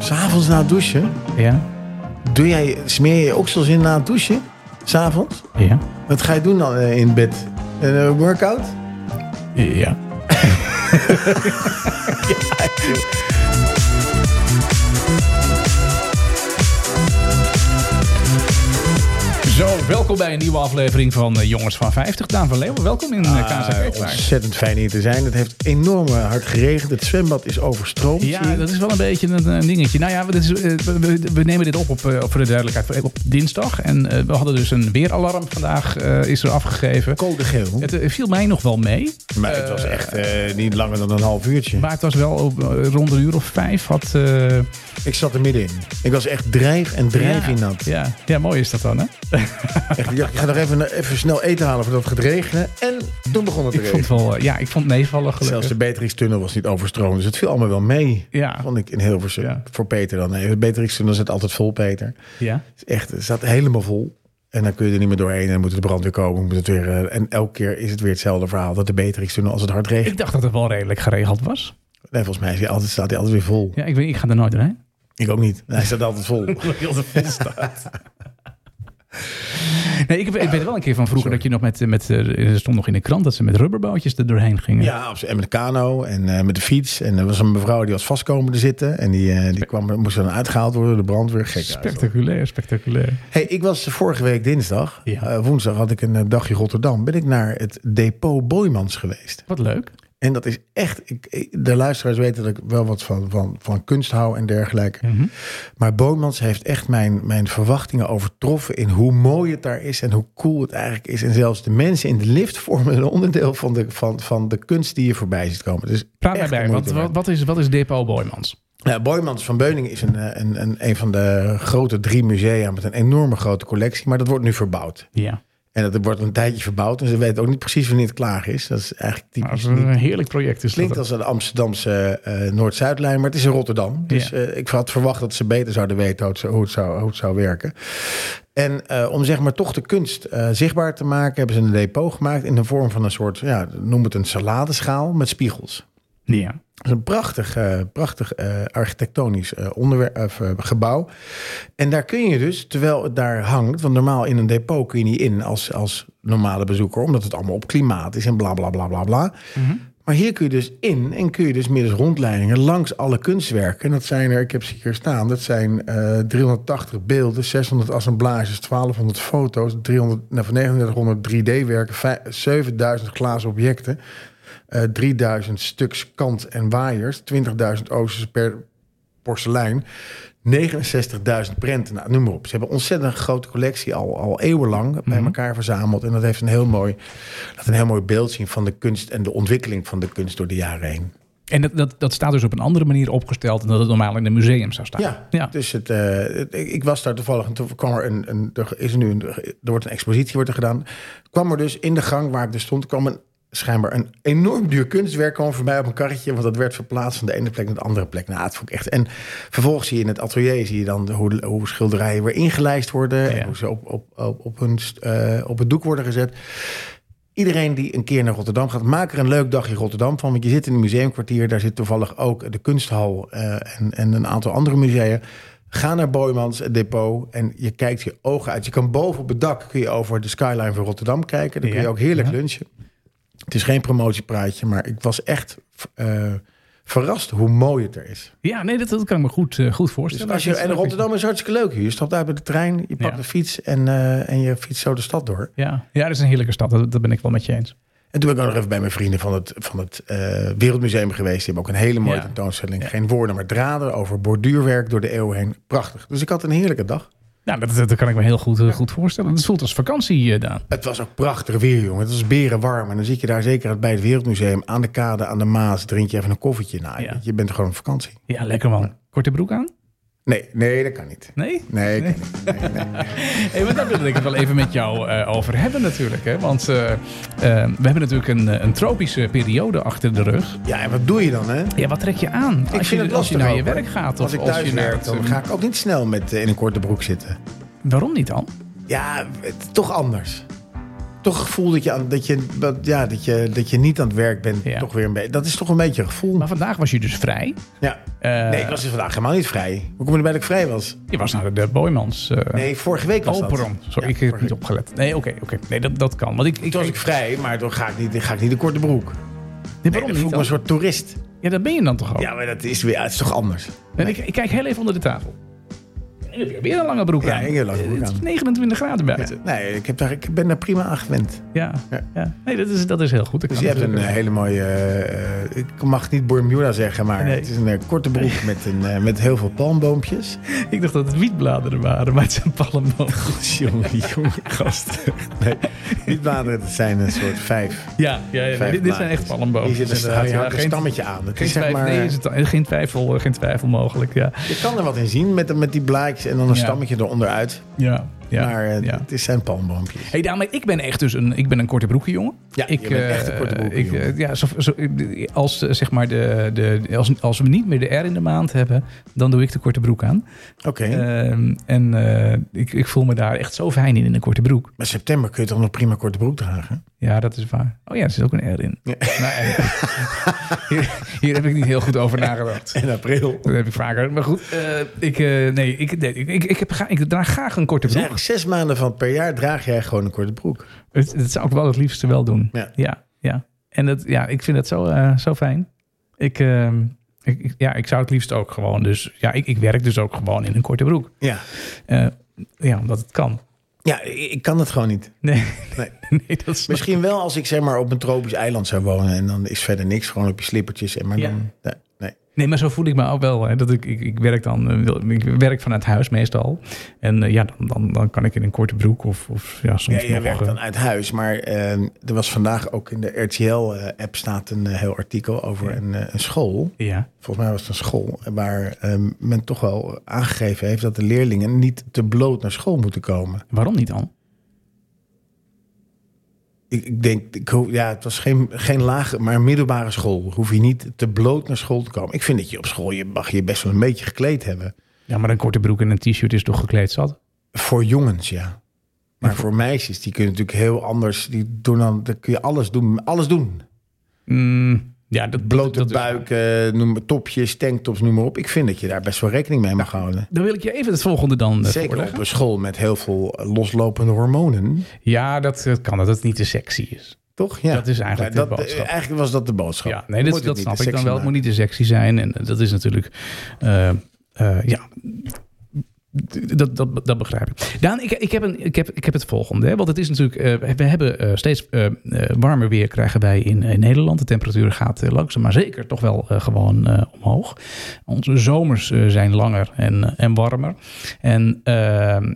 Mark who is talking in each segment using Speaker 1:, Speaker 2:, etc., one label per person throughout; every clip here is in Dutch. Speaker 1: S'avonds na het douchen.
Speaker 2: Ja.
Speaker 1: Doe jij, smeer je je oksels in na het douchen? S'avonds?
Speaker 2: Ja.
Speaker 1: Wat ga je doen dan eh, in bed? Een eh, workout?
Speaker 2: Ja. Zo, welkom bij een nieuwe aflevering van eh, Jongens van 50. Daan van Leeuwen, welkom in uh,
Speaker 1: Eh, ontzettend fijn hier te zijn. Het heeft enorm eh, hard geregend. Het zwembad is overstroomd. zie
Speaker 2: Ja,
Speaker 1: ik.
Speaker 2: dat is wel een beetje een, een dingetje. Nou ja, dit is, eh, we, we- we nemen dit op, op, eh, voor de duidelijkheid, op dinsdag. En eh, we hadden dus een weeralarm vandaag, eh, is er afgegeven.
Speaker 1: Code geel.
Speaker 2: Het eh, viel mij nog wel mee.
Speaker 1: maar het was echt eh, niet langer dan een half uurtje.
Speaker 2: Maar het was wel op, eh, rond een uur of vijf. Had, eh,
Speaker 1: Ik zat er middenin. Ik was echt drijf en drijf in nat.
Speaker 2: ja, ja, mooi is dat dan, hè?
Speaker 1: Echt, ik dacht, ik ga nog even, even snel eten halen voordat het gaat regenen. En toen begon het te
Speaker 2: Ik vond het
Speaker 1: regenen.
Speaker 2: wel, eh, ja, ik vond het meevallen
Speaker 1: Zelfs
Speaker 2: gelukkig.
Speaker 1: de Beatrix-tunnel was niet overstroomd. Dus het viel allemaal wel mee.
Speaker 2: Ja,
Speaker 1: Vond ik in Hilversum.
Speaker 2: Ja.
Speaker 1: Voor Peter dan. Nee, de Beatrix-tunnel zit altijd vol, Peter.
Speaker 2: ja.
Speaker 1: Het is echt, het staat helemaal vol. En dan kun je er niet meer doorheen. En dan moet de brand weer komen. Moet het weer, eh, en elke keer is het weer hetzelfde verhaal. Dat de Beatrix-tunnel als het hard regent.
Speaker 2: Ik dacht dat het wel redelijk geregeld was.
Speaker 1: Nee, volgens mij is die altijd, staat hij altijd weer vol.
Speaker 2: Ja, ik, weet, ik ga er nooit doorheen.
Speaker 1: Ik ook niet. Hij staat altijd vol.
Speaker 2: Nee, ik, heb- ik weet wel een keer van vroeger dat je nog met, eh, met... eh, Er stond nog in de krant dat ze met rubberbootjes er doorheen gingen.
Speaker 1: Ja, absoluut. en met de kano en eh, met de fiets. En er was een mevrouw die was vastkomen te zitten. En die, eh, die kwam, moest dan uitgehaald worden door de brandweer. Gek.
Speaker 2: Spectaculair, spectaculair.
Speaker 1: Hey, ik was vorige week dinsdag,
Speaker 2: Ja.
Speaker 1: eh, woensdag had ik een eh, dagje Rotterdam. Ben ik naar het depot Boymans geweest.
Speaker 2: Wat leuk.
Speaker 1: En dat is echt, ik, ik- de luisteraars weten dat ik wel wat van, van, van kunst hou en dergelijke.
Speaker 2: Mhm.
Speaker 1: Maar Boymans heeft echt mijn, mijn verwachtingen overtroffen in hoe mooi het daar is en hoe cool het eigenlijk is. En zelfs de mensen in de lift vormen een onderdeel van de, van, van de kunst die je voorbij ziet komen. Dus
Speaker 2: Praat
Speaker 1: echt
Speaker 2: mij bij,
Speaker 1: de
Speaker 2: want
Speaker 1: moeite
Speaker 2: wat,
Speaker 1: waard.
Speaker 2: wat, is, wat is Depot Boymans?
Speaker 1: Nou, Boymans van Beuningen is een, eh, een, een, een van de grote drie musea met een enorme grote collectie. Maar dat wordt nu verbouwd.
Speaker 2: Ja,
Speaker 1: En dat wordt een tijdje verbouwd. En ze weten ook niet precies wanneer het klaar is. Dat is eigenlijk
Speaker 2: nou, dat
Speaker 1: typisch.
Speaker 2: is een heerlijk project. Is
Speaker 1: Klinkt
Speaker 2: dat.
Speaker 1: als een Amsterdamse eh, Noord-Zuidlijn, maar het is in Rotterdam. Dus
Speaker 2: Ja.
Speaker 1: eh, ik had verwacht dat ze beter zouden weten hoe het zou, hoe het zou, hoe het zou werken. En eh, om zeg maar toch de kunst eh, zichtbaar te maken, hebben ze een depot gemaakt in de vorm van een soort, ja, noem het een saladeschaal met spiegels.
Speaker 2: Ja.
Speaker 1: Het is een prachtig, eh, prachtig eh, architectonisch eh, onderwerp, of, eh, gebouw. En daar kun je dus, terwijl het daar hangt... want normaal in een depot kun je niet in als, als normale bezoeker... omdat het allemaal op klimaat is en bla, bla, bla, bla, bla.
Speaker 2: Mhm.
Speaker 1: Maar hier kun je dus in en kun je dus middels rondleidingen... langs alle kunstwerken. En dat zijn er, ik heb ze hier staan... dat zijn eh, 380 beelden, 600 assemblages, 1200 foto's... 300, nou, van 3900 3D-werken, vij- 7000 glazen objecten... Eh, 3000 stuks kant en waaiers, 20.000 oosters per porselein, 69.000 prenten. Nou, noem maar op. Ze hebben een ontzettend grote collectie al, al eeuwenlang bij elkaar verzameld. En dat heeft een heel, mooi, laat een heel mooi beeld zien van de kunst en de ontwikkeling van de kunst door de jaren heen.
Speaker 2: En dat, dat, dat staat dus op een andere manier opgesteld dan dat het normaal in een museum zou staan.
Speaker 1: Ja,
Speaker 2: ja.
Speaker 1: dus het, eh, het- ik, ik was daar toevallig en toen kwam er een, een er is nu een, er wordt een expositie wordt er gedaan. Kwam er dus in de gang waar ik dus stond, kwam een schijnbaar een enorm duur kunstwerk kwam voorbij op een karretje, want dat werd verplaatst van de ene plek naar de andere plek. Nou, dat vond ik echt. En vervolgens zie je in het atelier zie je dan hoe, hoe schilderijen weer ingelijst worden
Speaker 2: Ja.
Speaker 1: en hoe ze op, op, op, op, hun, st- eh, op het doek worden gezet. Iedereen die een keer naar Rotterdam gaat, maak er een leuk dagje Rotterdam van. Want je zit in een museumkwartier, daar zit toevallig ook de kunsthal eh, en, en een aantal andere musea. Ga naar Boymans, het depot, en je kijkt je ogen uit. Je kan boven op het dak kun je over de skyline van Rotterdam kijken. Dan kun
Speaker 2: Ja,
Speaker 1: je ook heerlijk
Speaker 2: ja.
Speaker 1: lunchen. Het is geen promotiepraatje, maar ik was echt eh, verrast hoe mooi het er is.
Speaker 2: Ja, nee, dat, dat kan ik me goed, eh, goed
Speaker 1: Dus
Speaker 2: voorstellen.
Speaker 1: als je, en Rotterdam is hartstikke leuk. hier. Je stapt uit bij de trein, je pakt
Speaker 2: Ja.
Speaker 1: de fiets en, eh, en je fietst zo de stad door.
Speaker 2: Ja, ja dat is een heerlijke stad. Dat, dat ben ik wel met je eens.
Speaker 1: En toen ben ik ook nog even bij mijn vrienden van het, van het eh, Wereldmuseum geweest. Die hebben ook een hele mooie
Speaker 2: Ja.
Speaker 1: tentoonstelling.
Speaker 2: Ja.
Speaker 1: Geen woorden, maar draden over borduurwerk door de eeuwen heen. Prachtig. Dus ik had een heerlijke dag.
Speaker 2: Nou, dat, dat kan ik me heel goed, eh, goed voorstellen. Het voelt als vakantie, eh Daan.
Speaker 1: Het was ook prachtig weer, jongen. Het was berenwarm. En dan zit je daar zeker bij het Wereldmuseum aan de kade, aan de Maas. Drink je even een koffietje na.
Speaker 2: Ja.
Speaker 1: Je bent gewoon op vakantie.
Speaker 2: Ja, lekker man. Korte broek aan?
Speaker 1: Nee, nee, dat kan niet.
Speaker 2: Nee?
Speaker 1: Nee, dat kan niet. Nee, nee.
Speaker 2: Hey, maar daar wilde ik het wel even met jou eh, over hebben natuurlijk. Hè? Want eh, eh, we hebben natuurlijk een, eh, een tropische periode achter de rug.
Speaker 1: Ja, en wat doe je dan, hè?
Speaker 2: Ja, wat trek je aan als,
Speaker 1: vind
Speaker 2: je,
Speaker 1: het
Speaker 2: als
Speaker 1: lastig
Speaker 2: je naar je
Speaker 1: ook, hoor.
Speaker 2: werk gaat? Of
Speaker 1: Als ik thuis
Speaker 2: je naar
Speaker 1: werk,
Speaker 2: het,
Speaker 1: dan
Speaker 2: eh,
Speaker 1: ga ik ook niet snel met, eh, in een korte broek zitten.
Speaker 2: Waarom niet dan?
Speaker 1: Ja, het, is toch anders. toch het gevoel dat je, aan, dat, je, dat, ja, dat, je, dat je niet aan het werk bent.
Speaker 2: Ja.
Speaker 1: Toch weer een beetje. Dat is toch een beetje een gevoel.
Speaker 2: Maar vandaag was je dus vrij.
Speaker 1: ja.
Speaker 2: Eh,
Speaker 1: nee, ik was dus vandaag helemaal niet vrij. Hoe kom je erbij dat ik vrij was?
Speaker 2: Je was naar de, de Boymans. eh
Speaker 1: Nee, vorige week was
Speaker 2: oh,
Speaker 1: dat.
Speaker 2: pardon. Sorry,
Speaker 1: Ja,
Speaker 2: ik heb
Speaker 1: vorige
Speaker 2: niet opgelet. Nee, oké, oké. Nee, dat, dat kan. Want ik, ik,
Speaker 1: Toen was ik vrij, maar toen ga ik niet, ga ik niet de korte broek.
Speaker 2: nee,
Speaker 1: Nee, dan
Speaker 2: waarom
Speaker 1: voel ik
Speaker 2: niet
Speaker 1: me
Speaker 2: dan?
Speaker 1: een soort toerist.
Speaker 2: Ja, dat ben je dan toch al?
Speaker 1: Ja, maar dat is, weer, het is toch anders.
Speaker 2: En ik, ik kijk heel even onder de tafel. Nu heb je weer een lange broek
Speaker 1: Ja,
Speaker 2: aan.
Speaker 1: ik heb een lange broek
Speaker 2: Het is
Speaker 1: aan.
Speaker 2: 29 graden buiten.
Speaker 1: Nee, ik, heb daar, ik ben daar prima aan gewend.
Speaker 2: Ja. ja.
Speaker 1: Ja.
Speaker 2: Nee, dat is, dat is heel goed. Dat
Speaker 1: Dus
Speaker 2: kan
Speaker 1: je hebt een
Speaker 2: natuurlijk.
Speaker 1: eh, hele mooie... eh, eh, ik mag niet Bermuda zeggen, maar
Speaker 2: Nee.
Speaker 1: het is een eh, korte broek met, een, eh, met heel veel palmboompjes.
Speaker 2: Ik dacht dat het wietbladeren waren, maar het zijn palmboom.
Speaker 1: jongen, jongen, gast. Nee, niet bladeren, het zijn een soort vijf.
Speaker 2: Ja, ja, ja,
Speaker 1: vijf
Speaker 2: dit, dit zijn echt palmbomen. Dus
Speaker 1: Hier zit een,
Speaker 2: Inderdaad,
Speaker 1: je
Speaker 2: ja,
Speaker 1: hangt een
Speaker 2: geen-
Speaker 1: stammetje aan. Het
Speaker 2: Geen,
Speaker 1: is zeg
Speaker 2: twijfel,
Speaker 1: maar,
Speaker 2: nee, is het, eh, geen, twijfel, eh, geen twijfel mogelijk, ja.
Speaker 1: Je kan er wat in zien met, met die blaadjes en dan een
Speaker 2: Ja.
Speaker 1: stammetje eronder uit.
Speaker 2: ja, ja
Speaker 1: maar eh,
Speaker 2: ja.
Speaker 1: het is zijn palmboompjes.
Speaker 2: Hey, daarmee, ik ben echt dus een, ik ben een korte broekenjongen.
Speaker 1: Ja,
Speaker 2: ik,
Speaker 1: je bent
Speaker 2: eh,
Speaker 1: echt een korte broekenjongen.
Speaker 2: ik, eh, ja, zo, zo- als, eh, zeg maar de, de, als, als we niet meer de R in de maand hebben, dan doe ik de korte broek aan.
Speaker 1: Oké,
Speaker 2: Ehm, en eh, ik, ik voel me daar echt zo fijn in, in een korte broek.
Speaker 1: maar september kun je toch nog prima korte broek dragen?
Speaker 2: Ja, dat is waar. Oh ja, er zit ook een R in.
Speaker 1: Ja.
Speaker 2: Nou, en- hier, hier heb ik niet heel goed over nagedacht.
Speaker 1: In april.
Speaker 2: Dat heb ik vaker. Maar goed, eh, ik, eh, nee, ik, nee, ik, ik, ik, heb, gra- ik draag graag een korte
Speaker 1: Dus
Speaker 2: broek.
Speaker 1: eigenlijk zes maanden van per jaar draag jij gewoon een korte broek.
Speaker 2: Het, dat zou ik wel het liefste wel doen.
Speaker 1: Ja.
Speaker 2: ja, ja. En dat, ja, ik vind dat zo, eh, zo fijn. Ik, ehm, ik, ik- ja, ik zou het liefst ook gewoon. Dus ja, ik, ik werk dus ook gewoon in een korte broek.
Speaker 1: Ja.
Speaker 2: Eh, ja, omdat het kan.
Speaker 1: Ja, ik ik kan het gewoon niet.
Speaker 2: Nee,
Speaker 1: Nee.
Speaker 2: nee dat is
Speaker 1: Misschien wel als ik zeg maar op een tropisch eiland zou wonen en dan is verder niks, gewoon op je slippertjes. En maar
Speaker 2: Ja.
Speaker 1: dan, nee, nee.
Speaker 2: Nee, maar zo voel ik me ook wel. Hè, dat ik, ik, ik werk dan eh, wil- ik werk vanuit huis meestal. En eh, ja, dan, dan, dan kan ik in een korte broek of, of ja,
Speaker 1: Ja,
Speaker 2: soms
Speaker 1: je
Speaker 2: nog...
Speaker 1: werkt
Speaker 2: eh,
Speaker 1: dan uit huis, maar eh, er was vandaag ook in de RTL-app staat een eh, heel artikel over
Speaker 2: Ja.
Speaker 1: een, eh, een school.
Speaker 2: ja.
Speaker 1: Volgens mij was het een school waar eh, men toch wel aangegeven heeft dat de leerlingen niet te bloot naar school moeten komen.
Speaker 2: Waarom niet dan?
Speaker 1: Ik, ik denk, ik, ho- ja, het was geen, geen lage, maar een middelbare school. Hoef je niet te bloot naar school te komen. Ik vind dat je op school, je mag je best wel een beetje gekleed hebben.
Speaker 2: Ja, maar een korte broek en een t-shirt is toch gekleed zat?
Speaker 1: Voor jongens, ja. Maar voor meisjes, die kunnen natuurlijk heel anders. Die doen dan, dan kun je alles doen. Alles doen.
Speaker 2: Mm, ja, dat
Speaker 1: Blote
Speaker 2: dat is-
Speaker 1: buiken, noem maar, topjes, tanktops, noem maar op. Ik vind dat je daar best wel rekening mee mag houden.
Speaker 2: Dan wil ik je even het volgende dan eh,
Speaker 1: Zeker
Speaker 2: voorleggen.
Speaker 1: op een school met heel veel eh, loslopende hormonen.
Speaker 2: Ja, dat eh, kan dat het niet te sexy is.
Speaker 1: Toch? Ja.
Speaker 2: Dat is eigenlijk
Speaker 1: Ja,
Speaker 2: de boodschap.
Speaker 1: eh, Eigenlijk was dat de boodschap.
Speaker 2: Ja, nee, dat,
Speaker 1: Moet
Speaker 2: dat
Speaker 1: het
Speaker 2: snap
Speaker 1: niet,
Speaker 2: ik dan
Speaker 1: sexy
Speaker 2: wel. Het moet niet te sexy zijn. En eh, dat is natuurlijk... eh, eh, ja, dat, dat, dat begrijp ik. Daan, ik, ik, heb een, ik, heb, ik heb het volgende. Hè? Want het is natuurlijk... eh, we hebben eh, steeds eh, eh, warmer weer krijgen wij in, in Nederland. De temperatuur gaat eh, langzaam, maar zeker toch wel eh, gewoon eh, omhoog. Onze zomers eh, zijn langer en, eh, en warmer. En eh,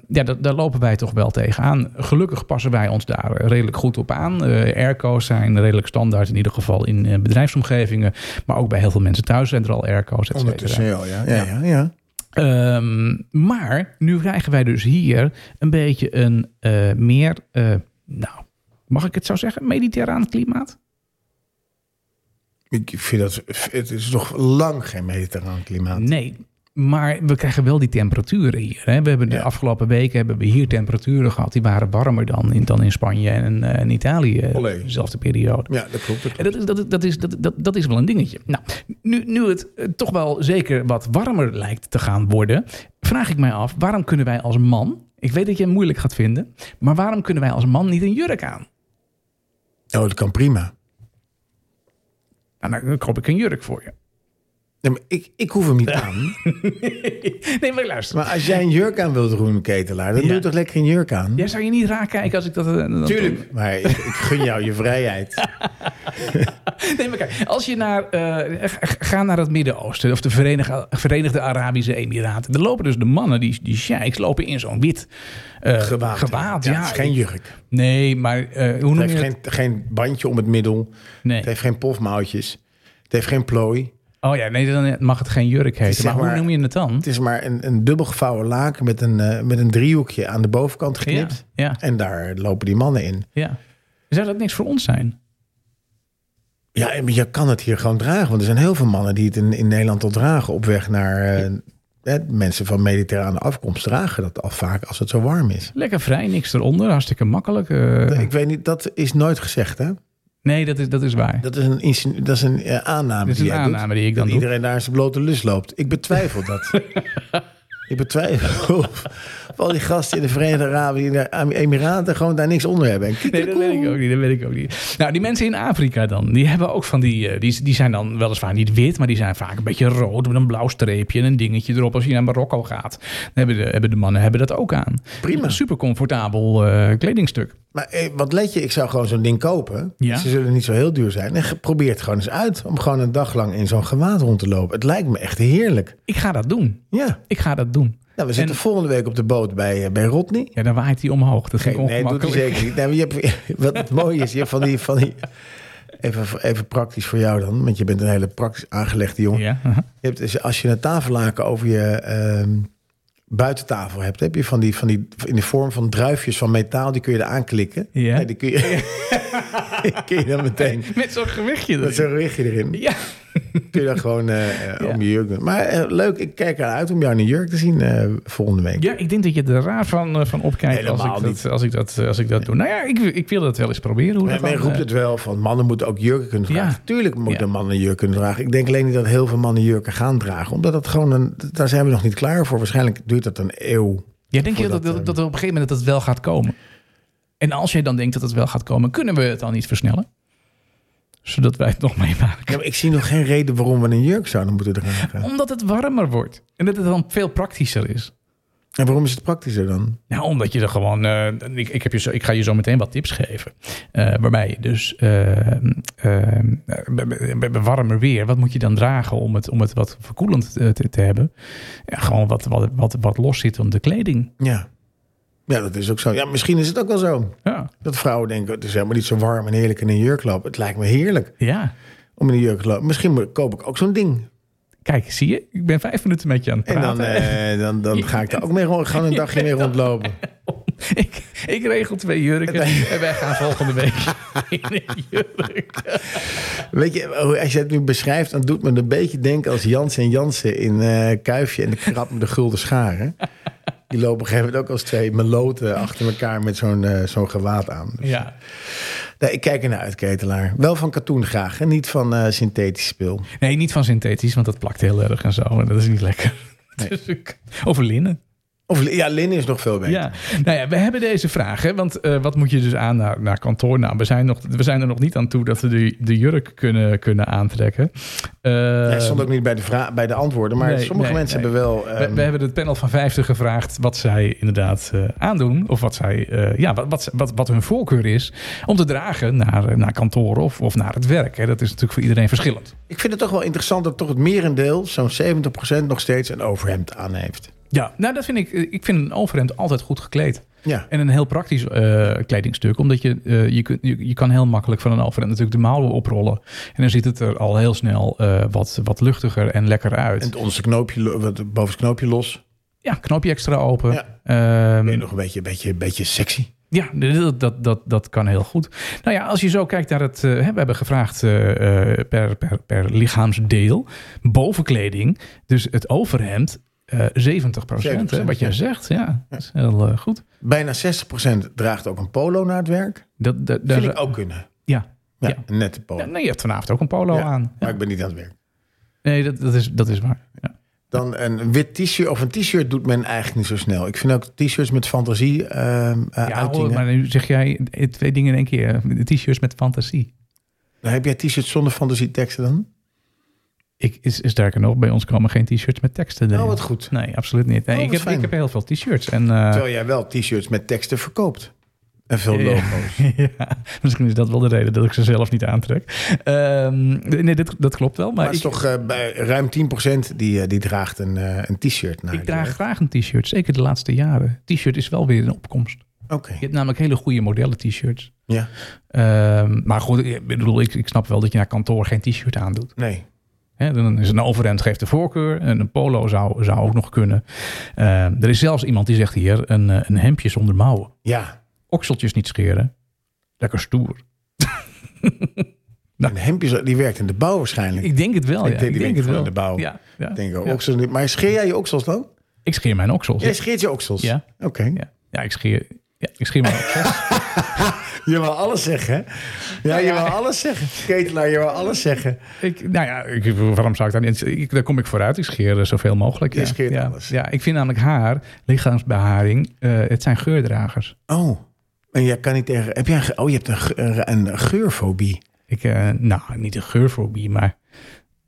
Speaker 2: ja, dat, daar lopen wij toch wel tegenaan. Gelukkig passen wij ons daar eh, redelijk goed op aan. Eh airco's zijn redelijk standaard in ieder geval in eh, bedrijfsomgevingen. Maar ook bij heel veel mensen thuis zijn er al airco's, et
Speaker 1: maar.
Speaker 2: cetera.
Speaker 1: Ondertussen al, ja. Ja, ja, ja.
Speaker 2: Ehm, maar nu krijgen wij dus hier een beetje een eh, meer, eh, nou, mag ik het zo zeggen, mediterraan klimaat?
Speaker 1: Ik vind dat... Het is nog lang geen mediterraan klimaat.
Speaker 2: Nee. Maar we krijgen wel die temperaturen hier. Hè. We hebben de
Speaker 1: Ja.
Speaker 2: afgelopen weken hebben we hier temperaturen gehad. Die waren warmer dan in, dan in Spanje en eh, en Italië. eh,
Speaker 1: Olé.
Speaker 2: Dezelfde periode.
Speaker 1: Ja, dat klopt. Dat klopt.
Speaker 2: En dat is, dat, is- dat, is, dat, dat, dat is wel een dingetje. Nou, nu, nu het eh, toch wel zeker wat warmer lijkt te gaan worden, vraag ik mij af: waarom kunnen wij als man, ik weet dat je het moeilijk gaat vinden, maar waarom kunnen wij als man niet een jurk aan?
Speaker 1: Oh, dat kan prima.
Speaker 2: Nou, dan koop ik een jurk voor je.
Speaker 1: Nee, maar ik, ik hoef hem niet aan.
Speaker 2: nee, maar luister.
Speaker 1: Maar als jij een jurk aan wilt, Roen Ketelaar... dan
Speaker 2: Ja.
Speaker 1: doe toch lekker een jurk aan?
Speaker 2: Jij zou je niet raar kijken als ik dat. eh, dat-
Speaker 1: Maar ik, ik gun jou je vrijheid.
Speaker 2: Nee, maar kijk, als je naar, eh, ga- ga naar het Midden-Oosten of de Verenigde, Verenigde Arabische Emiraten, dan lopen dus de mannen, die, die sheiks, lopen in zo'n wit eh,
Speaker 1: Gewaad.
Speaker 2: gewaad. Ja,
Speaker 1: het is geen jurk.
Speaker 2: Nee, maar eh, hoe noem
Speaker 1: Het
Speaker 2: je
Speaker 1: heeft
Speaker 2: het?
Speaker 1: geen, geen bandje om het middel.
Speaker 2: Nee.
Speaker 1: Het heeft geen pofmouwtjes. Het heeft geen plooi.
Speaker 2: Oh ja, nee, dan mag het geen jurk heten.
Speaker 1: zeg
Speaker 2: Maar, hoe
Speaker 1: maar-
Speaker 2: noem je het dan?
Speaker 1: Het is maar een, een dubbel gevouwen laken met een, eh, met een driehoekje aan de bovenkant
Speaker 2: Ja,
Speaker 1: geknipt.
Speaker 2: ja,
Speaker 1: En daar lopen die mannen in.
Speaker 2: ja. Zou dat niks voor ons zijn?
Speaker 1: Ja, en je kan het hier gewoon dragen. Want er zijn heel veel mannen die het in, in Nederland al dragen op weg naar, eh, hè, mensen van mediterrane afkomst dragen dat al vaak als het zo warm is.
Speaker 2: Lekker vrij, niks eronder, hartstikke makkelijk. eh.
Speaker 1: Ik weet niet, dat is nooit gezegd, hè?
Speaker 2: nee, dat is, dat is waar.
Speaker 1: Dat is een, insinu- dat is een eh, aanname
Speaker 2: Dat is
Speaker 1: die
Speaker 2: een
Speaker 1: jij doet.
Speaker 2: aanname die ik dan
Speaker 1: dat
Speaker 2: doe.
Speaker 1: iedereen naar zijn blote lus loopt. Ik betwijfel dat. ik betwijfel of of al die gasten in de Verenigde Arabische Emiraten gewoon daar niks onder hebben. En
Speaker 2: Nee, dat weet ik ook niet. Dat weet ik ook niet. Nou, die mensen in Afrika dan, die hebben ook van die, eh, die, die zijn dan weliswaar niet wit, maar die zijn vaak een beetje rood met een blauw streepje en een dingetje erop als je naar Marokko gaat. Dan hebben de, hebben de mannen hebben dat ook aan.
Speaker 1: Prima.
Speaker 2: Super comfortabel eh, kledingstuk.
Speaker 1: Maar eh, wat let je, ik zou gewoon zo'n ding kopen.
Speaker 2: Ja.
Speaker 1: Ze zullen niet zo heel duur zijn. En ge- probeer het gewoon eens uit om gewoon een dag lang in zo'n gewaad rond te lopen. Het lijkt me echt heerlijk.
Speaker 2: Ik ga dat doen.
Speaker 1: Ja.
Speaker 2: Ik ga dat doen.
Speaker 1: Nou, we zitten volgende week op de boot bij, eh, bij Rodney.
Speaker 2: Ja, dan waait hij omhoog. Dat vind
Speaker 1: Nee,
Speaker 2: ik
Speaker 1: nee, doet hij
Speaker 2: ongemakkelijk.
Speaker 1: zeker niet. Nee, maar je hebt, wat het mooie is, je hebt van die... Van die even, even praktisch voor jou dan, want je bent een hele praktisch aangelegde jongen.
Speaker 2: Ja, aha.
Speaker 1: Je hebt, dus als je een tafellaken over je ehm, buitentafel hebt, heb je van die, van die in de vorm van druifjes van metaal, die kun je eraan klikken.
Speaker 2: Ja.
Speaker 1: Nee, die kun je, die kun je dan meteen.
Speaker 2: Met zo'n gewichtje erin.
Speaker 1: Dat is een richtje erin.
Speaker 2: Ja.
Speaker 1: Kun je dan gewoon eh, eh, om je jurk doen. Maar eh, leuk, ik kijk ernaar uit om jou in een jurk te zien eh, volgende week.
Speaker 2: ja, ik denk dat je er raar van, eh, van opkijkt als ik,
Speaker 1: Helemaal
Speaker 2: dat, als, ik dat, als ik dat doe. Nou ja, ik, ik wil dat wel eens proberen. Hoe
Speaker 1: En
Speaker 2: dat
Speaker 1: men
Speaker 2: dan,
Speaker 1: roept
Speaker 2: eh,
Speaker 1: het wel van mannen moeten ook jurken kunnen dragen.
Speaker 2: Ja.
Speaker 1: Tuurlijk moeten
Speaker 2: Ja.
Speaker 1: mannen jurken kunnen dragen. Ik denk alleen niet dat heel veel mannen jurken gaan dragen. Omdat dat gewoon een, daar zijn we nog niet klaar voor. Waarschijnlijk duurt dat een eeuw.
Speaker 2: Ja, denk je dat,
Speaker 1: Voordat,
Speaker 2: dat,
Speaker 1: ehm,
Speaker 2: dat er op een gegeven moment dat het wel gaat komen? En als jij dan denkt dat het wel gaat komen, kunnen we het dan niet versnellen? Zodat wij het nog meemaken.
Speaker 1: Ja, maar ik zie nog geen reden waarom we een jurk zouden moeten dragen.
Speaker 2: Omdat het warmer wordt. En dat het dan veel praktischer is.
Speaker 1: En waarom is het praktischer dan?
Speaker 2: Nou, omdat je er gewoon. eh, ik, ik, heb je zo, ik ga je zo meteen wat tips geven. Eh, waarbij je dus. eh, eh, bij- bij- bij- bij warmer weer. Wat moet je dan dragen om het, om het wat verkoelend eh, te, te hebben? Ja, gewoon wat, wat, wat, wat los zit om de kleding.
Speaker 1: Ja. ja, dat is ook zo. Ja, misschien is het ook wel zo.
Speaker 2: Ja.
Speaker 1: Dat vrouwen denken, het is helemaal niet zo warm en heerlijk in een jurk lopen. Het lijkt me heerlijk
Speaker 2: ja.
Speaker 1: om in een jurk te lopen. Misschien moet- koop ik ook zo'n ding.
Speaker 2: Kijk, zie je? Ik ben vijf minuten met je aan het
Speaker 1: En
Speaker 2: praten.
Speaker 1: dan, eh, dan, dan ga ik daar ook mee rond, gewoon een dagje mee rondlopen.
Speaker 2: ik, ik regel twee jurken en wij gaan volgende week in een jurk.
Speaker 1: Weet je, hoe- als je het nu beschrijft, dan doet me een beetje denken als Jansen en Jansen in eh, Kuifje en de krab met de gulden scharen. Die lopen op een gegeven moment ook als twee meloten achter elkaar met zo'n eh, zo'n gewaad aan.
Speaker 2: Ja.
Speaker 1: Nee, ik kijk ernaar uit, ketelaar. Wel van katoen graag en niet van eh, synthetisch spul.
Speaker 2: Nee, niet van synthetisch, want dat plakt heel erg en zo. En dat is niet lekker.
Speaker 1: Nee.
Speaker 2: Dus ik- over linnen.
Speaker 1: Of li- ja, linnen is nog veel beter.
Speaker 2: Ja. Nou ja, we hebben deze vraag. Hè? Want eh, wat moet je dus aan naar, naar kantoor? Nou, we zijn, nog, we zijn er nog niet aan toe dat we de, de jurk kunnen, kunnen aantrekken. Eh,
Speaker 1: Hij stond ook niet bij de, vra- bij de antwoorden, maar
Speaker 2: Nee,
Speaker 1: sommige
Speaker 2: nee,
Speaker 1: mensen
Speaker 2: nee.
Speaker 1: hebben wel...
Speaker 2: we,
Speaker 1: ehm,
Speaker 2: we hebben het panel van 50 gevraagd wat zij inderdaad eh, aandoen. Of wat, zij, eh, ja, wat, wat, wat, wat hun voorkeur is om te dragen naar, eh, naar kantoor of, of naar het werk. Hè. Dat is natuurlijk voor iedereen verschillend.
Speaker 1: Ik vind het toch wel interessant dat toch het merendeel, zo'n 70% nog steeds een overhemd aan heeft.
Speaker 2: Ja, nou dat vind ik. Ik vind een overhemd altijd goed gekleed.
Speaker 1: Ja.
Speaker 2: En een heel praktisch eh, kledingstuk. Omdat je, eh, je, kunt, je, je kan heel makkelijk van een overhemd natuurlijk de mouwen oprollen. En dan ziet het er al heel snel eh, wat, wat luchtiger en lekker uit.
Speaker 1: En het onderste knoopje, lo- wat- bovenste knoopje los.
Speaker 2: ja, knoopje extra open.
Speaker 1: Ja.
Speaker 2: Ehm,
Speaker 1: Ben je nog een beetje, beetje, beetje sexy?
Speaker 2: Ja, dat, dat, dat, dat kan heel goed. Nou ja, als je zo kijkt naar het... eh, hè, we hebben gevraagd eh, eh, per, per, per lichaamsdeel. Bovenkleding, dus het overhemd, eh 70 procent.
Speaker 1: 70%,
Speaker 2: Wat jij
Speaker 1: ja.
Speaker 2: zegt, ja. Dat is heel eh, goed.
Speaker 1: Bijna 60% draagt ook een polo naar het werk.
Speaker 2: Dat, dat,
Speaker 1: Dat
Speaker 2: daar-
Speaker 1: vind ik ook kunnen.
Speaker 2: Ja.
Speaker 1: Ja,
Speaker 2: Ja.
Speaker 1: een nette polo.
Speaker 2: Ja, nee, je hebt vanavond ook een polo
Speaker 1: Ja,
Speaker 2: aan. Ja.
Speaker 1: Maar ik ben niet aan het werk.
Speaker 2: Nee, dat, dat, is, dat is waar. Ja.
Speaker 1: Dan een wit t-shirt of een t-shirt doet men eigenlijk niet zo snel. Ik vind ook t-shirts met fantasie ehm eh,
Speaker 2: Ja, hoor,
Speaker 1: uitingen.
Speaker 2: maar nu zeg jij twee dingen in één keer. De T-shirts met fantasie.
Speaker 1: Nou, heb jij t-shirts zonder fantasieteksten dan?
Speaker 2: Ik, is, is sterker nog, bij ons komen geen T-shirts met teksten.
Speaker 1: Nou,
Speaker 2: erin.
Speaker 1: wat goed.
Speaker 2: Nee, absoluut niet. Nee,
Speaker 1: Oh,
Speaker 2: ik,
Speaker 1: wat
Speaker 2: heb,
Speaker 1: fijn.
Speaker 2: ik heb heel veel T-shirts. En, eh,
Speaker 1: Terwijl jij wel t-shirts met teksten verkoopt. En veel
Speaker 2: Ja.
Speaker 1: logo's.
Speaker 2: ja, misschien is dat wel de reden dat ik ze zelf niet aantrek. Ehm, nee, dit, dat klopt wel. Maar,
Speaker 1: Maar het is
Speaker 2: ik,
Speaker 1: toch eh, bij ruim 10% die, eh, die draagt een, eh, een t-shirt naar
Speaker 2: ik
Speaker 1: het
Speaker 2: draag
Speaker 1: werk.
Speaker 2: graag een t-shirt, zeker de laatste jaren. T-shirt is wel weer in opkomst.
Speaker 1: Oké,
Speaker 2: Je hebt namelijk hele goede modellen t-shirts.
Speaker 1: ja.
Speaker 2: Ehm, maar goed, ik bedoel, ik, ik snap wel dat je naar kantoor geen t-shirt aandoet.
Speaker 1: Nee.
Speaker 2: Hè, dan is een overhemd geeft de voorkeur. En een polo zou, zou ook nog kunnen. Ehm, er is zelfs iemand die zegt hier een, eh, een hemdje zonder mouwen.
Speaker 1: Ja.
Speaker 2: Okseltjes niet scheren. Lekker stoer. Nou.
Speaker 1: En Hempjes, die werkt in de bouw waarschijnlijk. Ik
Speaker 2: Ik denk het wel.
Speaker 1: Ik
Speaker 2: ja.
Speaker 1: denk-
Speaker 2: ik
Speaker 1: ik
Speaker 2: denk
Speaker 1: denk
Speaker 2: het
Speaker 1: gewoon
Speaker 2: wel.
Speaker 1: in de bouw.
Speaker 2: Ja, ja,
Speaker 1: denk ook
Speaker 2: ja.
Speaker 1: oksels niet. Maar scheer jij je oksels dan?
Speaker 2: Ik scheer mijn oksels.
Speaker 1: Jij scheert je oksels?
Speaker 2: Ja.
Speaker 1: Oké.
Speaker 2: Ja. ja, ik scheer, ja, ik scheer mijn oksels.
Speaker 1: Je wil alles zeggen, hè? Ja, je
Speaker 2: ja.
Speaker 1: wil alles zeggen. Ketelaar, je wil alles zeggen.
Speaker 2: ik, nou ja, ik, waarom zou ik daar niet... Ik, daar kom ik vooruit. Ik scheer eh, zoveel mogelijk.
Speaker 1: Je
Speaker 2: ja.
Speaker 1: scheert
Speaker 2: ja.
Speaker 1: alles.
Speaker 2: Ja, ik vind namelijk haar, lichaamsbeharing, eh, het zijn geurdragers.
Speaker 1: Oh, en jij kan niet tegen... Heb jij een, ge- oh, je hebt een, ge- een, een geurfobie.
Speaker 2: Ik, eh, nou, niet een geurfobie, maar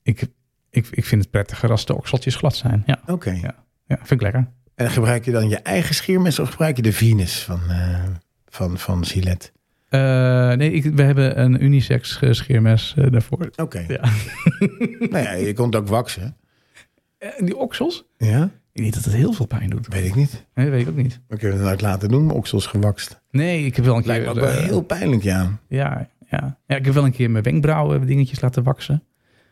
Speaker 2: ik, ik, ik vind het prettiger als de okseltjes glad zijn. Ja,
Speaker 1: Oké.
Speaker 2: ja. ja vind ik lekker.
Speaker 1: En gebruik je dan je eigen scheermes of gebruik je de Venus van, eh, van, van Gillette?
Speaker 2: Eh, nee, ik, we hebben een unisex eh, scheermes eh, daarvoor.
Speaker 1: Oké.
Speaker 2: Ja.
Speaker 1: Nou ja, je komt ook waksen.
Speaker 2: En Eh, die oksels?
Speaker 1: Ja?
Speaker 2: Ik weet dat het heel veel pijn doet.
Speaker 1: Weet ik niet.
Speaker 2: Nee, weet ik ook niet.
Speaker 1: We kunnen het nooit laten doen, oksels gewakst.
Speaker 2: Nee, ik heb wel een keer...
Speaker 1: Lijkt me ook wel
Speaker 2: eh,
Speaker 1: heel pijnlijk, ja.
Speaker 2: ja, ja. ja, ik heb wel een keer mijn wenkbrauwen dingetjes laten waksen.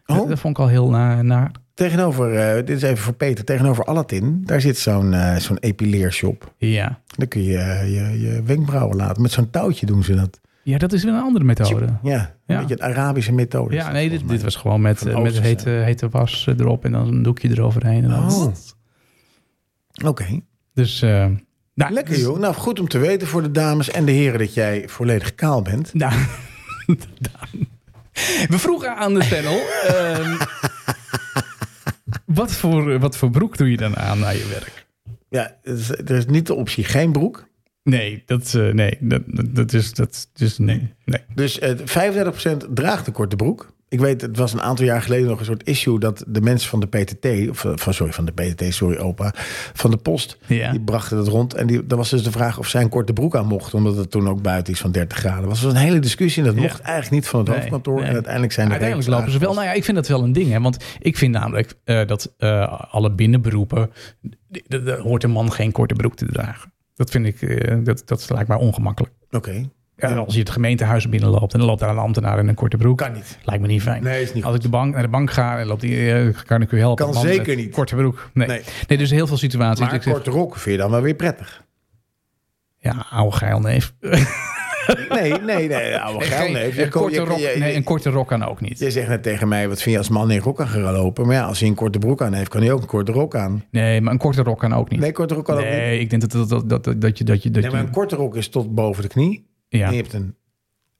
Speaker 2: Dat,
Speaker 1: Oh,
Speaker 2: dat vond ik al heel na, naar.
Speaker 1: tegenover, eh, dit is even voor Peter, tegenover Aladdin, daar zit zo'n eh, zo'n epileershop.
Speaker 2: Ja.
Speaker 1: Dan kun je eh, je, je wenkbrauwen laten. Met zo'n touwtje doen ze dat.
Speaker 2: ja, dat is weer een andere methode.
Speaker 1: Ja, een
Speaker 2: Ja.
Speaker 1: beetje een Arabische methode. is
Speaker 2: Ja,
Speaker 1: dat
Speaker 2: nee, dit,
Speaker 1: volgens
Speaker 2: dit was gewoon met,
Speaker 1: Van
Speaker 2: eh, met
Speaker 1: Oosterse.
Speaker 2: hete, hete was eh, erop en dan een doekje eroverheen. En dan,
Speaker 1: mij. Oh. Oké.
Speaker 2: Dus, eh, nou,
Speaker 1: Lekker
Speaker 2: dus-
Speaker 1: joh. Nou, goed om te weten voor de dames en de heren dat jij volledig kaal bent.
Speaker 2: Nou, dan. we vroegen aan de panel... ehm, wat, voor, eh, wat voor broek doe je dan aan naar je werk?
Speaker 1: Ja, het is- er is niet de optie geen broek.
Speaker 2: Nee, dat, eh, nee, dat, dat, dat is, dat is nee, nee.
Speaker 1: Dus eh 35% draagt een korte broek. Ik weet, het was een aantal jaar geleden nog een soort issue dat de mensen van de PTT, of eh, van, sorry, van de PTT, sorry opa, van de post,
Speaker 2: Ja.
Speaker 1: die brachten het rond. En die, dan was dus de vraag of zij een korte broek aan mocht, omdat het toen ook buiten is van 30 graden. was dus een hele discussie en dat
Speaker 2: Ja.
Speaker 1: mocht eigenlijk niet van het
Speaker 2: Nee,
Speaker 1: hoofdkantoor.
Speaker 2: nee.
Speaker 1: En uiteindelijk zijn de
Speaker 2: Uiteindelijk
Speaker 1: regels
Speaker 2: lopen ze wel. Nou ja, ik vind dat wel een ding. Hè? Want ik vind namelijk eh, dat eh, alle binnenberoepen... d- d- d- hoort een man geen korte broek te dragen. Dat vind ik, eh, dat, dat lijkt mij ongemakkelijk.
Speaker 1: Oké,
Speaker 2: Ja, als je het gemeentehuis binnenloopt en dan loopt daar een ambtenaar in een korte broek.
Speaker 1: kan niet.
Speaker 2: Lijkt me niet fijn.
Speaker 1: Nee, is niet
Speaker 2: Als ik de bank, naar de bank ga en loopt die, eh kan ik u helpen.
Speaker 1: Kan
Speaker 2: man met
Speaker 1: zeker niet.
Speaker 2: Korte broek. Nee. nee.
Speaker 1: Nee.
Speaker 2: dus heel veel situaties.
Speaker 1: Maar
Speaker 2: dat
Speaker 1: een
Speaker 2: ik zeg,
Speaker 1: korte rok vind je dan wel weer prettig.
Speaker 2: ja, oude geil neef.
Speaker 1: Nee, nee, nee, oude Oh, geil. Nee,
Speaker 2: een, korte rok,
Speaker 1: je,
Speaker 2: nee, een korte rok kan ook niet.
Speaker 1: je zegt net tegen mij, wat vind je als man in rok aan gaan lopen? Maar ja, als hij een korte broek aan heeft, kan hij ook een korte rok aan.
Speaker 2: Nee, maar een korte rok kan ook niet.
Speaker 1: Nee, korte rok kan ook niet.
Speaker 2: Nee, ik denk dat, dat, dat, dat, dat je... Dat je, dat
Speaker 1: Nee, maar
Speaker 2: je
Speaker 1: een korte rok is tot boven de knie.
Speaker 2: ja.
Speaker 1: En je hebt een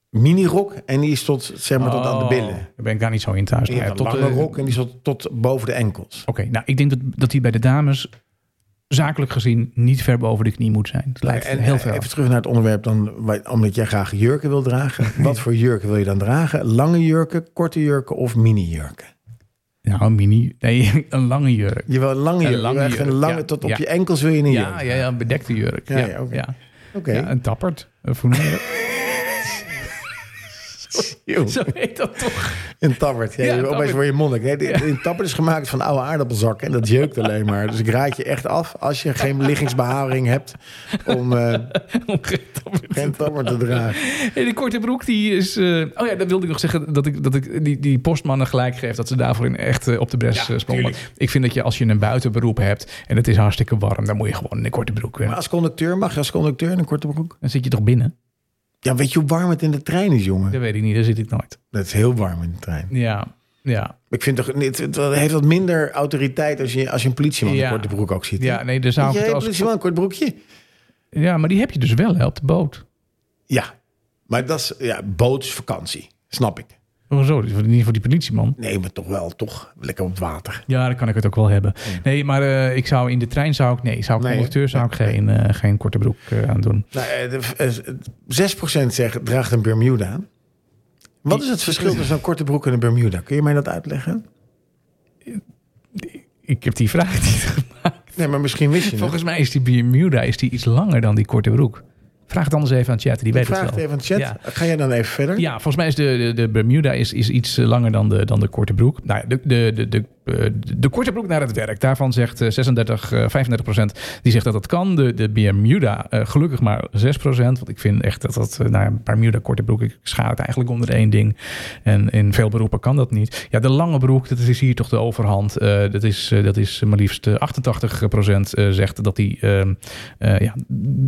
Speaker 1: minirok en die is tot, zeg maar, tot aan de
Speaker 2: Oh,
Speaker 1: billen.
Speaker 2: Daar ben ik daar niet zo in thuis.
Speaker 1: En je
Speaker 2: Maar ja,
Speaker 1: hebt een
Speaker 2: tot
Speaker 1: lange
Speaker 2: de-
Speaker 1: rok en die is tot, tot boven de enkels.
Speaker 2: Oké, nou, ik denk dat, dat die bij de dames zakelijk gezien niet ver boven de knie moet zijn. Het lijkt
Speaker 1: En eh,
Speaker 2: heel ver. af.
Speaker 1: even terug naar het onderwerp dan, waar- omdat jij graag jurken wil dragen. Wat voor jurken wil je dan dragen? Lange jurken, korte jurken of mini-jurken?
Speaker 2: Nou, een mini... Nee, een lange jurk.
Speaker 1: Je wil een lange
Speaker 2: Een
Speaker 1: jurk.
Speaker 2: lange
Speaker 1: je wil echt een
Speaker 2: jurk,
Speaker 1: lange,
Speaker 2: ja.
Speaker 1: tot op
Speaker 2: Ja.
Speaker 1: je enkels wil je een jurk.
Speaker 2: Ja, ja, ja, een bedekte jurk. Ja,
Speaker 1: Ja,
Speaker 2: ja,
Speaker 1: ja, oké.
Speaker 2: ja.
Speaker 1: Oké.
Speaker 2: een tappert. Of hoe noem je dat?
Speaker 1: Joh,
Speaker 2: Zo heet dat toch?
Speaker 1: Een tabbert. Ja,
Speaker 2: Ja,
Speaker 1: je
Speaker 2: een
Speaker 1: opeens
Speaker 2: tabbert.
Speaker 1: word je monnik. Nee, die- Een tabbert is gemaakt van oude aardappelzakken en dat jeukt alleen maar. Dus ik raad je echt af als je geen liggensbeharing hebt om eh,
Speaker 2: Om geen tappert.
Speaker 1: geen tabbert te dragen.
Speaker 2: En die korte broek, die is... eh, Oh ja, dat wilde ik nog zeggen. Dat ik, dat ik die, die postmannen gelijk geef dat ze daarvoor in echt eh, op de bres
Speaker 1: Ja,
Speaker 2: eh, sprongen.
Speaker 1: tuurlijk.
Speaker 2: Ik vind dat je als je een buitenberoep hebt en het is hartstikke warm, dan moet je gewoon in een korte broek. eh.
Speaker 1: Maar als conducteur mag je als conducteur in een korte broek?
Speaker 2: Dan zit je toch binnen?
Speaker 1: Ja, weet je hoe warm het in de trein is, jongen?
Speaker 2: Dat weet ik niet, daar zit ik nooit.
Speaker 1: Dat is heel warm in de trein.
Speaker 2: Ja, ja.
Speaker 1: Ik vind toch, het, het heeft wat minder autoriteit als je, als je een politieman in
Speaker 2: Ja.
Speaker 1: een korte broek ook ziet. hè?
Speaker 2: Ja, nee, daar
Speaker 1: Weet
Speaker 2: zou
Speaker 1: je,
Speaker 2: ik
Speaker 1: hey,
Speaker 2: het als...
Speaker 1: politieman, een kort broekje?
Speaker 2: Ja, maar die heb je dus wel hè, op de boot.
Speaker 1: Ja, maar dat is ja, bootsvakantie, snap ik.
Speaker 2: Hoezo? Oh, Die- Niet voor die politieman.
Speaker 1: Nee, maar toch wel, toch? Lekker op het water.
Speaker 2: Ja, dan kan ik het ook wel hebben. Nee, maar eh, ik zou in de trein zou ik nee, zou ik
Speaker 1: Nee,
Speaker 2: conducteur zou ik geen, eh, geen korte broek eh, aan doen.
Speaker 1: Nou, eh, de- eh, 6% zegt draagt een Bermuda. aan. Wat is het verschil tussen een korte broek en een Bermuda? Kun je mij dat uitleggen?
Speaker 2: Ik heb die vraag niet gemaakt.
Speaker 1: Nee, maar misschien wist je het.
Speaker 2: Volgens mij is die Bermuda is die iets langer dan die korte broek. Vraag het anders even aan Chat, die weet
Speaker 1: Vraag
Speaker 2: het
Speaker 1: het
Speaker 2: wel.
Speaker 1: even aan de chat.
Speaker 2: Ja.
Speaker 1: Ga jij dan even verder?
Speaker 2: Ja, volgens mij is de, de, de Bermuda is, is iets eh, langer dan de, dan de korte broek. Nou, ja, de, de, de, de, eh, de korte broek naar het werk. Daarvan zegt eh, 36, eh, 35 procent die zegt dat dat kan. De, de Bermuda eh, gelukkig maar 6 procent. Want ik vind echt dat dat, eh, nou, ja, Bermuda korte broek, ik schaar het eigenlijk onder één ding. En in veel beroepen kan dat niet. Ja, de lange broek, dat is hier toch de overhand. Eh, dat, is, eh, dat is maar liefst eh, 88 procent zegt dat die ehm, eh, ja,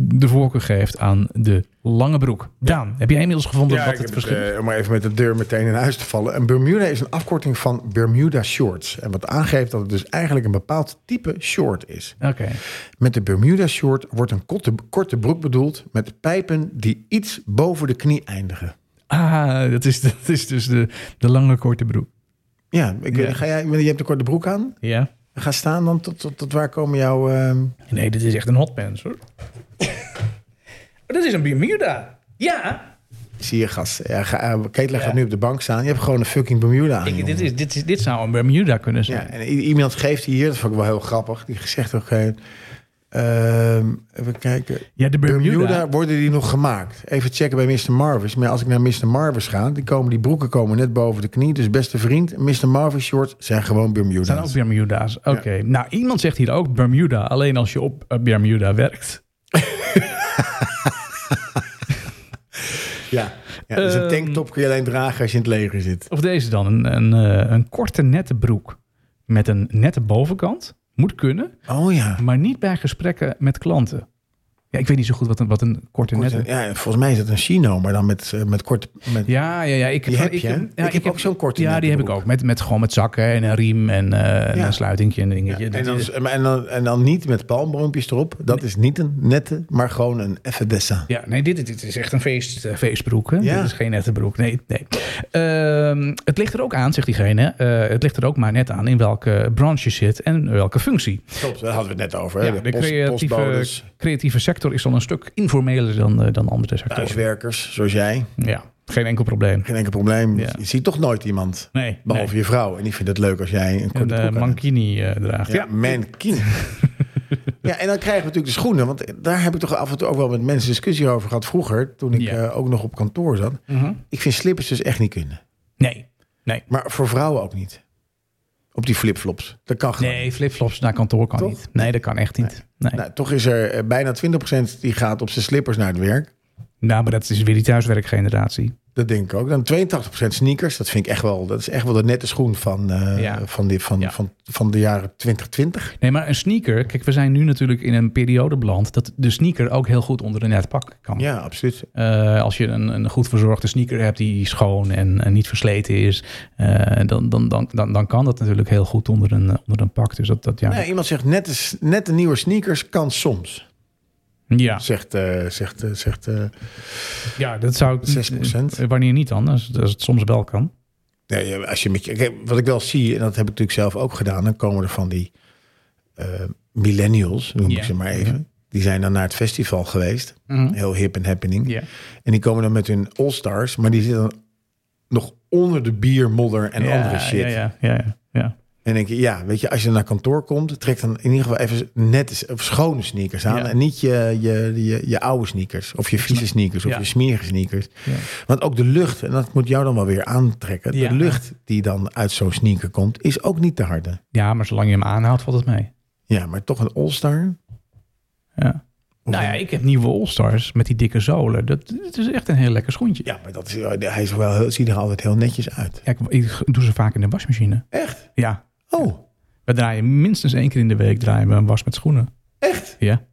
Speaker 2: de voorkeur geeft aan aan de lange broek. Daan, heb jij inmiddels gevonden
Speaker 1: Ja,
Speaker 2: wat
Speaker 1: ik
Speaker 2: het
Speaker 1: heb
Speaker 2: verschil is?
Speaker 1: het, eh, om maar even met de deur meteen in huis te vallen. Een Bermuda is een afkorting van Bermuda Shorts. En wat aangeeft dat het dus eigenlijk een bepaald type short is.
Speaker 2: Oké.
Speaker 1: Met de Bermuda Short wordt een korte, korte broek bedoeld met pijpen die iets boven de knie eindigen.
Speaker 2: Ah, dat is, dat is dus de, de lange korte broek.
Speaker 1: Ja, ik,
Speaker 2: Ja.
Speaker 1: Ga jij, je hebt een korte broek aan.
Speaker 2: Ja.
Speaker 1: Ga staan dan tot, tot, tot waar komen jouw... ehm,
Speaker 2: Nee, dit is echt een hotpants hoor. Oh, dat is een Bermuda. Ja.
Speaker 1: Zie je, gast. Ja, ga, eh, Ketelaar gaat nu op de bank staan. Je hebt gewoon een fucking Bermuda aan.
Speaker 2: Ik,
Speaker 1: jongen.
Speaker 2: dit, is, dit, is, dit zou een Bermuda kunnen zijn.
Speaker 1: Ja, en i- iemand geeft hier, dat vond ik wel heel grappig, die gezegd ook eh, ehm, even kijken.
Speaker 2: Ja, de
Speaker 1: Bermuda. worden die nog gemaakt. Even checken bij Mr. Marvis. Maar als ik naar Mr. Marvis ga, die, komen, die broeken komen net boven de knie. Dus beste vriend, Mr. Marvis shorts zijn gewoon Bermuda's.
Speaker 2: zijn ook Bermuda's. Oké. Nou, iemand zegt hier ook Bermuda. Alleen als je op eh, Bermuda werkt.
Speaker 1: Ja. ja dus een
Speaker 2: Ehm.
Speaker 1: tanktop kun je alleen dragen als je in het leger zit.
Speaker 2: Of deze dan. Een, een, eh, een korte nette broek met een nette bovenkant. Moet kunnen,
Speaker 1: Oh ja.
Speaker 2: maar niet bij gesprekken met klanten. Ja, ik weet niet zo goed wat een, wat een korte
Speaker 1: Korte-
Speaker 2: nette...
Speaker 1: ja, volgens mij is het een chino, maar dan met, eh, met kort... Met,
Speaker 2: Ja, ja, ja. Ik,
Speaker 1: Die heb je, hè?
Speaker 2: ja,
Speaker 1: Ik heb ook zo'n korte
Speaker 2: Ja,
Speaker 1: nette
Speaker 2: die heb ik
Speaker 1: broek.
Speaker 2: ook. Met, met gewoon met zakken en een riem en, eh, en
Speaker 1: Ja.
Speaker 2: een sluitingje en een dingetje.
Speaker 1: en,
Speaker 2: Dat
Speaker 1: dan,
Speaker 2: is-
Speaker 1: en, dan, en dan niet met palmboompjes erop. Dat is niet een nette, maar gewoon een effe dessa.
Speaker 2: Ja, nee, dit, dit is echt een feest, eh, feestbroek. Hè?
Speaker 1: Ja.
Speaker 2: Dit is geen nette broek. Nee, nee. Ehm, het ligt er ook aan, zegt diegene. eh, het ligt er ook maar net aan in welke branche je zit en welke functie.
Speaker 1: Klopt, daar hadden we het net over. hè.
Speaker 2: Ja,
Speaker 1: de
Speaker 2: de
Speaker 1: post-
Speaker 2: creatieve,
Speaker 1: postbodes,
Speaker 2: creatieve sector is dan een stuk informeler dan, eh, dan andere sectoren.
Speaker 1: thuiswerkers, zoals jij.
Speaker 2: Ja, geen enkel probleem.
Speaker 1: Geen enkel probleem.
Speaker 2: Ja.
Speaker 1: Je ziet toch nooit iemand.
Speaker 2: Nee,
Speaker 1: Behalve je vrouw. En die vindt het leuk als jij een korte
Speaker 2: een
Speaker 1: broek aan
Speaker 2: eh,
Speaker 1: hebt.
Speaker 2: mankini eh, draagt.
Speaker 1: Ja, mankini. ja, en dan krijgen we natuurlijk de schoenen. Want daar heb ik toch af en toe ook wel met mensen discussie over gehad vroeger. Toen ik
Speaker 2: Ja.
Speaker 1: eh, ook nog op kantoor zat.
Speaker 2: Mhm.
Speaker 1: Ik vind slippers dus echt niet kunnen.
Speaker 2: Nee, nee.
Speaker 1: Maar voor vrouwen ook niet. Op die flipflops. Dat kan gewoon.
Speaker 2: Nee, flipflops naar kantoor kan
Speaker 1: Toch?
Speaker 2: niet. Nee, dat kan echt niet. Nee.
Speaker 1: Nou, toch is er eh, bijna 20% die gaat op zijn slippers naar het werk.
Speaker 2: Nou, maar dat is weer die thuiswerkgeneratie.
Speaker 1: Dat denk ik ook. Dan 82% sneakers. Dat vind ik echt wel. Dat is echt wel de nette schoen van, eh,
Speaker 2: Ja.
Speaker 1: van, die, van,
Speaker 2: Ja.
Speaker 1: van, van de jaren 2020.
Speaker 2: Nee, maar een sneaker. Kijk, we zijn nu natuurlijk in een periode beland dat de sneaker ook heel goed onder een net pak kan.
Speaker 1: Ja, absoluut.
Speaker 2: Eh, als je een, een goed verzorgde sneaker hebt die schoon en, en niet versleten is, eh, dan, dan, dan, dan, dan kan dat natuurlijk heel goed onder een, eh, onder een pak. Dus dat, dat ja.
Speaker 1: Nee, iemand zegt net de, s- net de nieuwe sneakers kan soms.
Speaker 2: Ja,
Speaker 1: Zegt, eh, zegt, eh, zegt eh,
Speaker 2: ja, dat zou ik.
Speaker 1: 6%.
Speaker 2: eh, Wanneer niet dan, als, als het soms wel kan.
Speaker 1: Nee, ja, als je met je, kijk, wat ik wel zie, en dat heb ik natuurlijk zelf ook gedaan, dan komen er van die eh, millennials, noem
Speaker 2: Ja.
Speaker 1: ik ze maar even. Die zijn dan naar het festival geweest. Heel hip en happening.
Speaker 2: Hm? Ja.
Speaker 1: En die komen dan met hun all-stars, maar die zitten dan nog onder de bier, modder en andere shit.
Speaker 2: Ja, ja, ja, ja, ja.
Speaker 1: En denk je, ja, weet je, als je naar kantoor komt, trek dan in ieder geval even net of schone sneakers aan.
Speaker 2: Ja.
Speaker 1: En niet je, je, je, je oude sneakers, of je vieze sneakers, of
Speaker 2: Ja.
Speaker 1: je smerige sneakers.
Speaker 2: Ja.
Speaker 1: Want ook de lucht, en dat moet jou dan wel weer aantrekken.
Speaker 2: Ja.
Speaker 1: De lucht die dan uit zo'n sneaker komt, is ook niet te harde.
Speaker 2: Ja, maar zolang je hem aanhoudt, valt het mee.
Speaker 1: Ja, maar toch een all-star.
Speaker 2: Ja.
Speaker 1: Of
Speaker 2: Nou ja,
Speaker 1: een-
Speaker 2: ik heb nieuwe All-Stars met die dikke zolen. Dat, dat is echt een heel lekker schoentje.
Speaker 1: ja, maar dat is, hij is wel, heel- ziet er altijd heel netjes uit.
Speaker 2: Ja, ik, ik doe ze vaak in de wasmachine.
Speaker 1: Echt?
Speaker 2: Ja,
Speaker 1: Oh,
Speaker 2: we draaien minstens één keer in de week draaien we een was met schoenen.
Speaker 1: echt?
Speaker 2: Ja.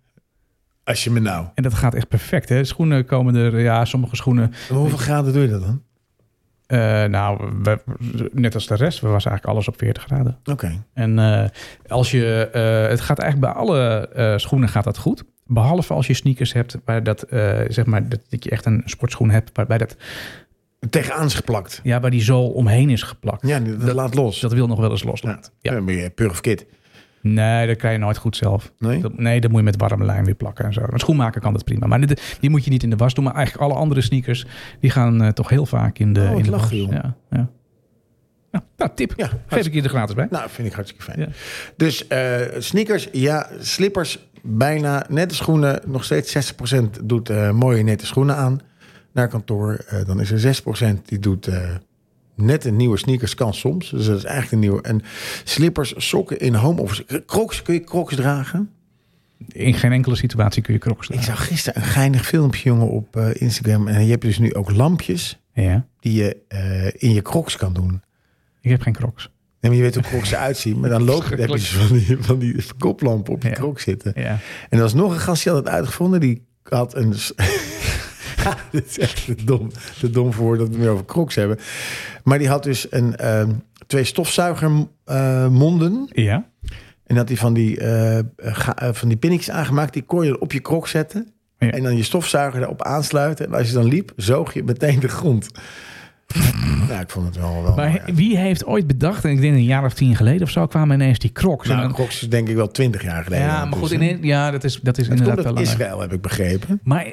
Speaker 1: Als je me nou.
Speaker 2: En dat gaat echt perfect. Hè? Schoenen komen er, ja, sommige schoenen.
Speaker 1: En hoeveel graden doe je dat dan?
Speaker 2: eh, nou, we- net als de rest, we was eigenlijk alles op 40 graden.
Speaker 1: Oké.
Speaker 2: En eh, als je, eh, het gaat eigenlijk bij alle eh, schoenen gaat dat goed. Behalve als je sneakers hebt, waar dat, eh, zeg maar, dat, dat je echt een sportschoen hebt, waarbij dat,
Speaker 1: Tegenaan is geplakt.
Speaker 2: ja, waar die zool omheen is geplakt. Dus
Speaker 1: Ja, dat, laat los.
Speaker 2: Dat wil nog wel eens loslaten. Ja.
Speaker 1: Ja. Dan ben je pur of kid.
Speaker 2: Nee, dat kan je nooit goed zelf.
Speaker 1: Nee?
Speaker 2: Dat, nee, dat moet je met warme lijm weer plakken en zo. Een schoenmaker kan dat prima. Maar dit- die moet je niet in de was doen. Maar eigenlijk alle andere sneakers, die gaan eh, toch heel vaak in de,
Speaker 1: Oh, wat
Speaker 2: in de
Speaker 1: lachen,
Speaker 2: was.
Speaker 1: joh.
Speaker 2: Ja, ja. Nou, nou, tip.
Speaker 1: Ja,
Speaker 2: Geef ik je er gratis bij.
Speaker 1: Nou, vind ik hartstikke fijn.
Speaker 2: Ja.
Speaker 1: Dus eh, sneakers, ja, slippers, bijna nette schoenen. Nog steeds 60% doet eh, mooie nette schoenen aan naar kantoor. Eh, dan is er 6% die doet eh, nette nieuwe sneakers, kan soms. Dus dat is eigenlijk een nieuwe. En slippers, sokken in home office. Crocs, kun je crocs dragen?
Speaker 2: In geen enkele situatie kun je crocs
Speaker 1: Ik
Speaker 2: dragen.
Speaker 1: zag gisteren een geinig filmpje, jongen, op eh, Instagram. En je hebt dus nu ook lampjes
Speaker 2: Ja.
Speaker 1: die je eh, in je crocs kan doen.
Speaker 2: Ik heb geen crocs.
Speaker 1: Nee, maar je weet hoe crocs eruit zien. Maar dan loop dan heb je dus van die, van die koplampen op je
Speaker 2: Ja.
Speaker 1: krok zitten.
Speaker 2: Ja.
Speaker 1: En er was nog een gast die had het uitgevonden. Die had een. s- Ja, dit is echt te dom, te dom voor dat we het meer over crocs hebben. Maar die had dus een, ehm, twee stofzuigermonden.
Speaker 2: Ja.
Speaker 1: en had die van die, eh, ga- eh, van die pinnetjes aangemaakt. Die kon je op je krok zetten.
Speaker 2: Ja.
Speaker 1: En dan je stofzuiger erop aansluiten. En als je dan liep, zoog je meteen de grond. nou, ik vond het wel... wel
Speaker 2: Maar
Speaker 1: mooi, ja.
Speaker 2: he- wie heeft ooit bedacht, en ik denk een jaar of tien geleden of zo, kwamen ineens die crocs. En
Speaker 1: Nou,
Speaker 2: dan-
Speaker 1: crocs is denk ik wel twintig jaar geleden.
Speaker 2: ja, maar goed,
Speaker 1: intussen.
Speaker 2: ineens, ja, dat is, dat is
Speaker 1: Het
Speaker 2: inderdaad
Speaker 1: komt
Speaker 2: wel
Speaker 1: uit
Speaker 2: langer.
Speaker 1: Israël, heb ik begrepen.
Speaker 2: Maar,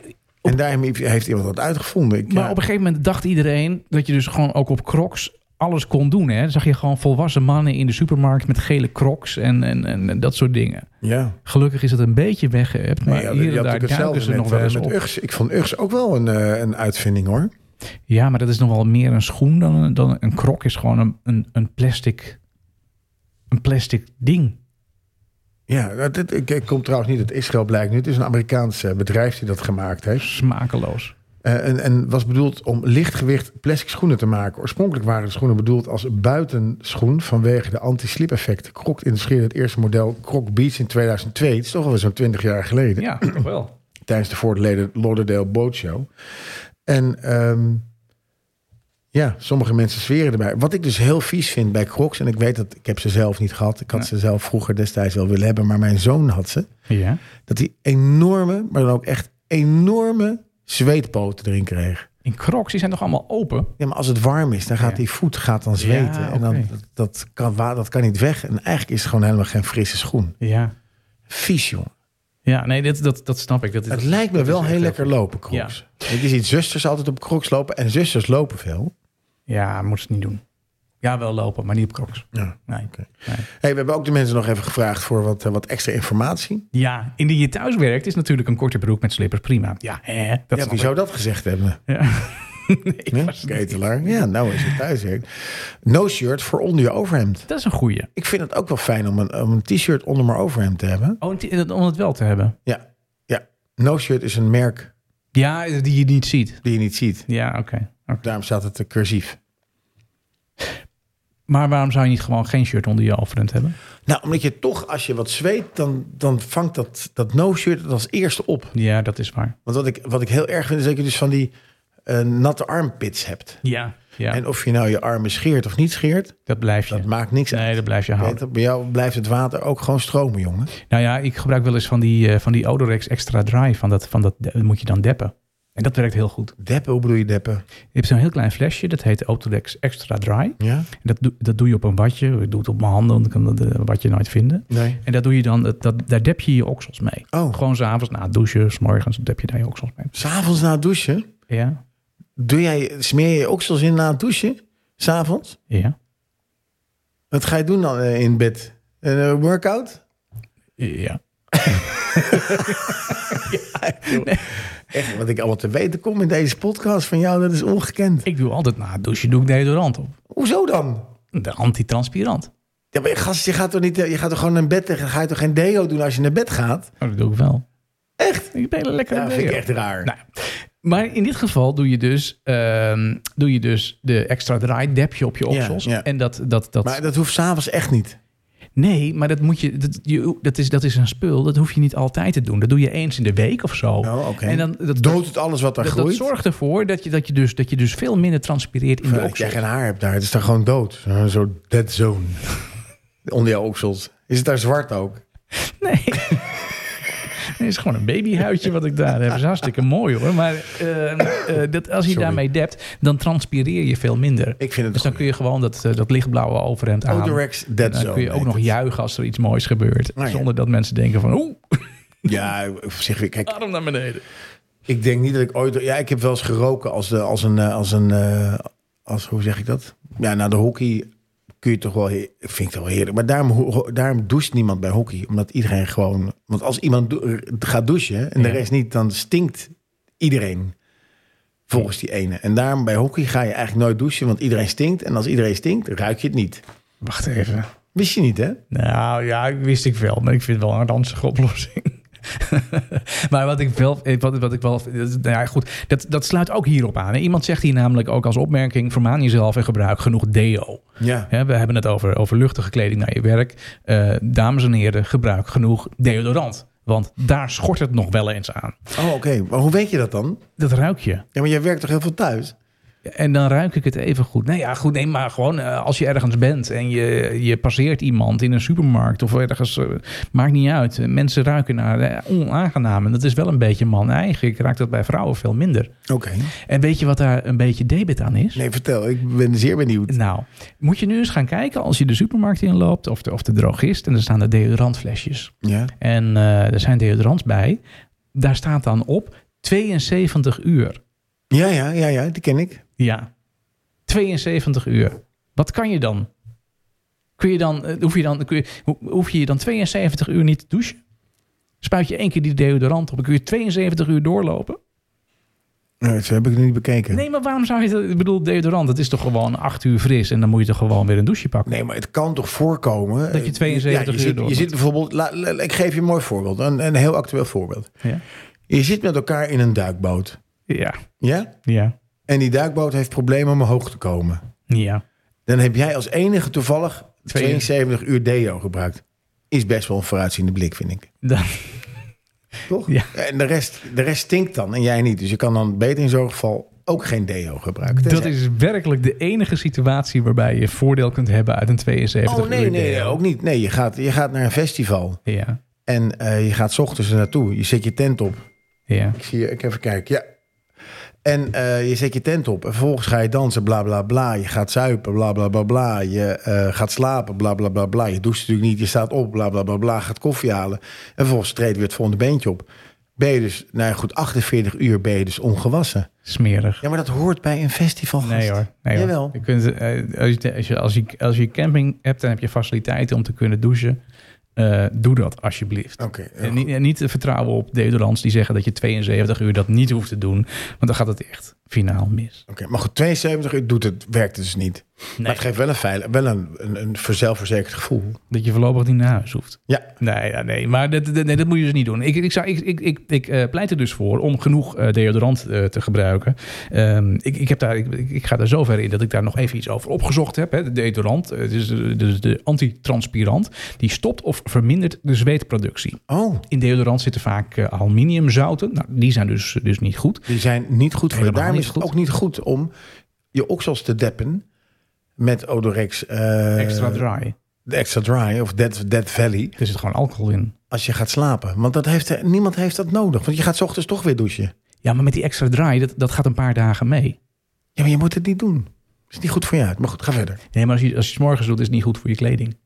Speaker 1: En daar heeft- heeft iemand dat uitgevonden. Ik,
Speaker 2: maar
Speaker 1: ja.
Speaker 2: op een gegeven moment dacht iedereen dat je dus gewoon ook op crocs alles kon doen. Hè? Dan zag je gewoon volwassen mannen in de supermarkt met gele crocs en, en, en, en dat soort dingen.
Speaker 1: ja.
Speaker 2: Gelukkig is het een beetje weggeëpt, maar
Speaker 1: Nee, ja,
Speaker 2: hier
Speaker 1: je
Speaker 2: en
Speaker 1: had
Speaker 2: daar
Speaker 1: natuurlijk
Speaker 2: duiken
Speaker 1: hetzelfde
Speaker 2: ze
Speaker 1: met,
Speaker 2: nog wel
Speaker 1: eh,
Speaker 2: eens
Speaker 1: met
Speaker 2: op.
Speaker 1: Uggs. Ik vond Uggs ook wel een, eh, een uitvinding hoor.
Speaker 2: Ja, maar dat is nog wel meer een schoen dan een, dan een krok. Is gewoon een, een, een plastic, een plastic ding.
Speaker 1: Ja, dat- dit, ik, ik kom trouwens niet uit Israël blijkt nu. Het is een Amerikaans eh, bedrijf die dat gemaakt heeft.
Speaker 2: Smakeloos.
Speaker 1: Eh, en, en was bedoeld om lichtgewicht plastic schoenen te maken. Oorspronkelijk waren de schoenen bedoeld als buitenschoen vanwege de anti-slip effecten. Krok introduceerde het eerste model Krok Beach in 2002. Het is toch al zo'n 20 jaar geleden.
Speaker 2: Ja, toch wel.
Speaker 1: Tijdens de voortleden Lauderdale Boat Show. En ehm, ja, sommige mensen zweren erbij. Wat ik dus heel vies vind bij Crocs, en ik weet dat ik heb ze zelf niet gehad. Ik had
Speaker 2: Nee.
Speaker 1: ze zelf vroeger destijds wel willen hebben, maar mijn zoon had ze.
Speaker 2: Ja.
Speaker 1: Dat hij enorme, maar dan ook echt enorme zweetpoten erin kreeg.
Speaker 2: In crocs, die zijn toch allemaal open?
Speaker 1: Ja, maar als het warm is, dan gaat
Speaker 2: Ja.
Speaker 1: die voet gaat dan zweten.
Speaker 2: Ja,
Speaker 1: En dan,
Speaker 2: oké.
Speaker 1: dat, dat kan, wa- dat kan niet weg. En eigenlijk is het gewoon helemaal geen frisse schoen.
Speaker 2: Ja.
Speaker 1: Vies, jongen.
Speaker 2: Ja, nee, dat, dat, dat snap ik. Dat,
Speaker 1: Het lijkt me wel
Speaker 2: is
Speaker 1: heel
Speaker 2: echt
Speaker 1: lekker lopen,
Speaker 2: Ja.
Speaker 1: crocs. Ik Je ziet zusters altijd op crocs lopen. En zusters lopen veel.
Speaker 2: Ja, moet ze niet doen. Ja, wel lopen, maar niet op crocs.
Speaker 1: Ja.
Speaker 2: Nee.
Speaker 1: Oké.
Speaker 2: nee.
Speaker 1: Hey, we hebben ook de mensen nog even gevraagd voor wat, eh, wat extra informatie.
Speaker 2: Ja, indien je thuis werkt, is natuurlijk een korte broek met slippers prima. Ja, hè, dat
Speaker 1: ja,
Speaker 2: snap
Speaker 1: wie Dus zou dat gezegd hebben?
Speaker 2: ik. Ja. Nee,
Speaker 1: Ja,
Speaker 2: was-
Speaker 1: Ketelaar. Ja, nou is het thuis. hè. No shirt voor onder je overhemd.
Speaker 2: Dat is een goeie.
Speaker 1: Ik vind het ook wel fijn om een, om een t-shirt onder mijn overhemd te hebben.
Speaker 2: Oh, en die- dat- om het wel te hebben.
Speaker 1: Ja, ja. No shirt is een merk
Speaker 2: Ja, die je niet ziet.
Speaker 1: die je niet ziet.
Speaker 2: Ja, oké. oké.
Speaker 1: Daarom staat het eh, cursief.
Speaker 2: Maar waarom zou je niet gewoon geen shirt onder je overhemd hebben?
Speaker 1: Nou, omdat je toch, als je wat zweet, dan, dan vangt dat, dat no shirt het als eerste op.
Speaker 2: Ja, dat is waar.
Speaker 1: Want wat ik, wat ik heel erg vind, is dat je dus van die eh, natte armpits hebt.
Speaker 2: Ja, ja
Speaker 1: En of je nou je armen scheert of niet scheert,
Speaker 2: dat blijf je.
Speaker 1: dat maakt niks uit.
Speaker 2: nee, dat blijf je houden.
Speaker 1: Peter, bij jou blijft het water ook gewoon stromen, jongen.
Speaker 2: Nou ja, ik gebruik wel eens van die, eh, van die Odorex Extra Dry. Van dat, van dat, dat moet je dan deppen. En dat werkt heel goed.
Speaker 1: Deppen, hoe bedoel je deppen?
Speaker 2: Je hebt zo'n heel klein flesje, dat heet Odorex Extra Dry.
Speaker 1: Ja?
Speaker 2: En dat, doe- dat doe je op een watje. Ik doe het op mijn handen, want ik kan dat eh, watje nooit vinden.
Speaker 1: Nee.
Speaker 2: En dat doe je dan, dat, dat- daar dep je je oksels mee.
Speaker 1: Oh,
Speaker 2: Gewoon s'avonds na het douchen, s'morgens dep je daar je oksels mee.
Speaker 1: s'avonds na het douchen?
Speaker 2: Ja,
Speaker 1: Doe jij, smeer je je oksels in na het douchen? S'avonds?
Speaker 2: ja.
Speaker 1: Wat ga je doen dan eh, in bed? Een eh, workout?
Speaker 2: Ja.
Speaker 1: Echt, wat ik allemaal te weten kom in deze podcast van jou, dat is ongekend.
Speaker 2: Ik doe altijd na het douchen, doe ik deodorant op.
Speaker 1: Hoezo dan?
Speaker 2: De antitranspirant.
Speaker 1: Ja, maar gast, je gaat toch niet, eh, je gaat toch gewoon naar bed en ga je toch geen deo doen als je naar bed gaat?
Speaker 2: Oh, dat doe ik wel.
Speaker 1: Echt?
Speaker 2: Ik ben lekker
Speaker 1: Ja, vind ik echt raar.
Speaker 2: Nou, maar in dit geval doe je dus, ehm, doe je dus de extra draai depje op je oksels.
Speaker 1: Ja, ja.
Speaker 2: En dat, dat, dat,
Speaker 1: maar dat hoeft s'avonds echt niet.
Speaker 2: nee, maar dat moet je, dat, je dat, is, dat is een spul. Dat hoef je niet altijd te doen. Dat doe je eens in de week of zo.
Speaker 1: Oh, oké.
Speaker 2: En dan dat,
Speaker 1: Dood het alles wat daar
Speaker 2: dat, dat
Speaker 1: groeit?
Speaker 2: zorgt ervoor dat je, dat, je dus, dat je dus veel minder transpireert in de
Speaker 1: eh, dat jij
Speaker 2: oksels.
Speaker 1: geen haar hebt daar. Het is daar gewoon dood. Zo- Zo dead zone. Onder jouw oksels. Is het daar zwart ook?
Speaker 2: Nee. Het is gewoon een babyhuidje wat ik daar heb. Dat is hartstikke mooi hoor. Maar eh, eh, dat, als je
Speaker 1: Sorry.
Speaker 2: daarmee dept, dan transpireer je veel minder.
Speaker 1: Ik vind het
Speaker 2: Dus dan kun je gewoon dat, eh, dat lichtblauwe overhemd aan.
Speaker 1: Odorex Dead
Speaker 2: En
Speaker 1: Zone.
Speaker 2: dan kun je ook
Speaker 1: heet
Speaker 2: nog
Speaker 1: het.
Speaker 2: juichen als er iets moois gebeurt.
Speaker 1: Nou ja.
Speaker 2: Zonder dat mensen denken van, oeh,
Speaker 1: Ja, op zich, weer- kijk,
Speaker 2: arm naar beneden.
Speaker 1: ik denk niet dat ik ooit... Ja, ik heb wel eens geroken als, de, als een... eh, Als een eh, als, hoe zeg ik dat? Ja, na de hockey kun je toch wel... he- Ik vind het wel heerlijk. Maar daarom, ho- ho- daarom doucht niemand bij hockey. Omdat iedereen gewoon... Want als iemand do- gaat douchen en de
Speaker 2: Ja.
Speaker 1: rest niet... dan stinkt iedereen. Volgens die ene. En daarom bij hockey ga je eigenlijk nooit douchen, want iedereen stinkt. En als iedereen stinkt, ruik je het niet.
Speaker 2: Wacht even.
Speaker 1: Wist je niet, hè?
Speaker 2: Nou ja, ik wist ik wel, maar ik vind het wel een ranzige oplossing. maar wat ik wel, eh, wat, wat ik wel, dat- nou ja, goed, dat, dat sluit ook hierop aan. hè. Iemand zegt hier namelijk ook als opmerking: vermaan jezelf en gebruik genoeg deo.
Speaker 1: Ja.
Speaker 2: Hè, we hebben het over, over luchtige kleding naar je werk. Eh, dames en heren, gebruik genoeg deodorant. Want daar schort het nog wel eens aan.
Speaker 1: Oh, oké. Maar hoe weet je dat dan?
Speaker 2: Dat ruik je.
Speaker 1: Ja, maar jij werkt toch heel veel thuis?
Speaker 2: En dan ruik ik het even goed. Nee, ja, goed, nee, maar gewoon eh, als je ergens bent en je, je passeert iemand in een supermarkt of ergens, eh, maakt niet uit. Mensen ruiken naar eh, onaangenaam. En dat is wel een beetje man-eigen. Ik raak dat bij vrouwen veel minder.
Speaker 1: Oké.
Speaker 2: En weet je wat daar een beetje debet aan is?
Speaker 1: Nee, vertel. Ik ben zeer benieuwd.
Speaker 2: Nou, moet je nu eens gaan kijken als je de supermarkt inloopt of de, of de drogist. En er staan er deodorantflesjes.
Speaker 1: Ja.
Speaker 2: En eh, er zijn deodorants bij. Daar staat dan op 72 uur.
Speaker 1: Ja, ja, ja, ja. Die ken ik.
Speaker 2: Ja. 72 uur. Wat kan je dan? Kun je dan, eh, hoef, je dan kun je, ho- hoef je je dan 72 uur niet te douchen? Spuit je één keer die deodorant op, dan kun je 72 uur doorlopen?
Speaker 1: Nou, zo heb ik het niet bekeken.
Speaker 2: Nee, maar waarom zou je dat? Ik bedoel, deodorant, dat is toch gewoon 8 uur fris en dan moet je toch gewoon weer een douche pakken?
Speaker 1: Nee, maar het kan toch voorkomen. eh,
Speaker 2: Dat je 72
Speaker 1: ja, je
Speaker 2: uur
Speaker 1: zit,
Speaker 2: door
Speaker 1: Je
Speaker 2: moet.
Speaker 1: zit bijvoorbeeld, la- la- ik geef je een mooi voorbeeld, een, een heel actueel voorbeeld.
Speaker 2: Ja.
Speaker 1: Je zit met elkaar in een duikboot.
Speaker 2: Ja.
Speaker 1: Ja?
Speaker 2: Ja.
Speaker 1: En die duikboot heeft problemen om omhoog te komen.
Speaker 2: Ja.
Speaker 1: Dan heb jij als enige toevallig
Speaker 2: Twee-
Speaker 1: 72 uur deo gebruikt. Is best wel een vooruitziende blik, vind ik.
Speaker 2: Dan-
Speaker 1: Toch?
Speaker 2: Ja.
Speaker 1: En de rest, de rest stinkt dan en jij niet. Dus je kan dan beter in zo'n geval ook geen deo gebruiken.
Speaker 2: dat
Speaker 1: Tenzij-
Speaker 2: is werkelijk de enige situatie waarbij je voordeel kunt hebben uit een 72
Speaker 1: Oh
Speaker 2: uur.
Speaker 1: nee, nee,
Speaker 2: deo.
Speaker 1: nee, ook niet. Nee, je gaat, je gaat naar een festival.
Speaker 2: Ja.
Speaker 1: En eh, je gaat 's ochtends er naartoe. Je zet je tent op.
Speaker 2: Ja.
Speaker 1: Ik zie je, ik even kijken. Ja. En eh, je zet je tent op. En vervolgens ga je dansen, bla bla bla. Je gaat zuipen, bla bla bla bla. Je eh, gaat slapen, bla bla bla bla. Je doucht natuurlijk niet. Je staat op, bla bla bla bla. Gaat koffie halen. En vervolgens treedt weer het volgende beentje op. Ben je dus, nou ja, goed, 48 uur ben je dus ongewassen.
Speaker 2: Smerig.
Speaker 1: Ja, maar dat hoort bij een festival.
Speaker 2: Nee hoor. Nee, hoor.
Speaker 1: Jawel.
Speaker 2: Je kunt, eh, als, je, als, je, als, je, als je camping hebt, dan heb je faciliteiten om te kunnen douchen. Eh, doe dat alsjeblieft.
Speaker 1: Oké. heel
Speaker 2: En niet, en niet te vertrouwen op deodorants die zeggen dat je 72 uur dat niet hoeft te doen. Want dan gaat het echt finaal mis.
Speaker 1: goed. Oké, maar goed, 72 uur doet het, werkt het dus niet. Maar het geeft wel een, veil, wel een, een, een zelfverzekerd gevoel.
Speaker 2: Dat je voorlopig niet naar huis hoeft.
Speaker 1: Ja.
Speaker 2: Nee, ja, nee maar dat, dat- nee, dat moet je dus niet doen. Ik, ik, zou, ik, ik, ik, ik eh, pleit er dus voor om genoeg eh, deodorant eh, te gebruiken. Ehm, ik, ik, heb daar, ik, ik- ik ga daar zover in dat ik daar nog even iets over opgezocht heb. Hè. De deodorant, eh, dus, de- dus de antitranspirant, die stopt of vermindert de zweetproductie.
Speaker 1: Oh,
Speaker 2: In deodorant zitten vaak eh, aluminiumzouten. Nou, die zijn dus, dus niet goed.
Speaker 1: Die zijn niet goed voor je.
Speaker 2: Helemaal
Speaker 1: Daarom
Speaker 2: niet
Speaker 1: is het
Speaker 2: goed.
Speaker 1: ook niet goed om je oksels te deppen met Odorex. eh,
Speaker 2: Extra dry.
Speaker 1: de Extra dry of Dead, dead Valley.
Speaker 2: Er zit gewoon alcohol in.
Speaker 1: Als je gaat slapen. Want dat heeft, eh, niemand heeft dat nodig. Want je gaat 's ochtends toch weer douchen.
Speaker 2: Ja, maar met die extra dry, dat, dat gaat een paar dagen mee.
Speaker 1: Ja, maar je moet het niet doen. is niet goed voor je uit. Maar goed, ga verder.
Speaker 2: Nee, maar als je, als je het 's morgens doet, is het niet goed voor je kleding.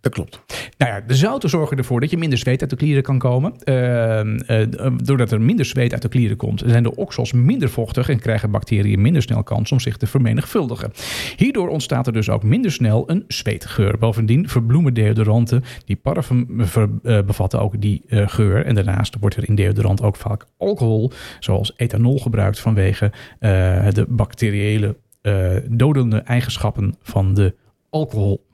Speaker 1: Dat klopt.
Speaker 2: Nou ja, de zouten zorgen ervoor dat je minder zweet uit de klieren kan komen. Ehm, eh, doordat er minder zweet uit de klieren komt, zijn de oksels minder vochtig en krijgen bacteriën minder snel kans om zich te vermenigvuldigen. Hierdoor ontstaat er dus ook minder snel een zweetgeur. Bovendien verbloemen deodoranten die parfum ver- eh, bevatten ook die eh, geur. En daarnaast wordt er in deodorant ook vaak alcohol, zoals ethanol, gebruikt vanwege eh, de bacteriële eh, dodende eigenschappen van de alcohol.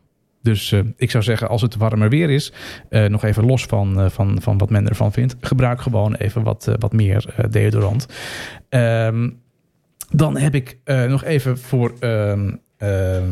Speaker 2: Dus eh, ik zou zeggen, als het warmer weer is, eh, nog even los van, eh, van, van wat men ervan vindt, gebruik gewoon even wat, eh, wat meer eh, deodorant. Ehm, dan heb ik eh, nog even voor. ehm, ehm,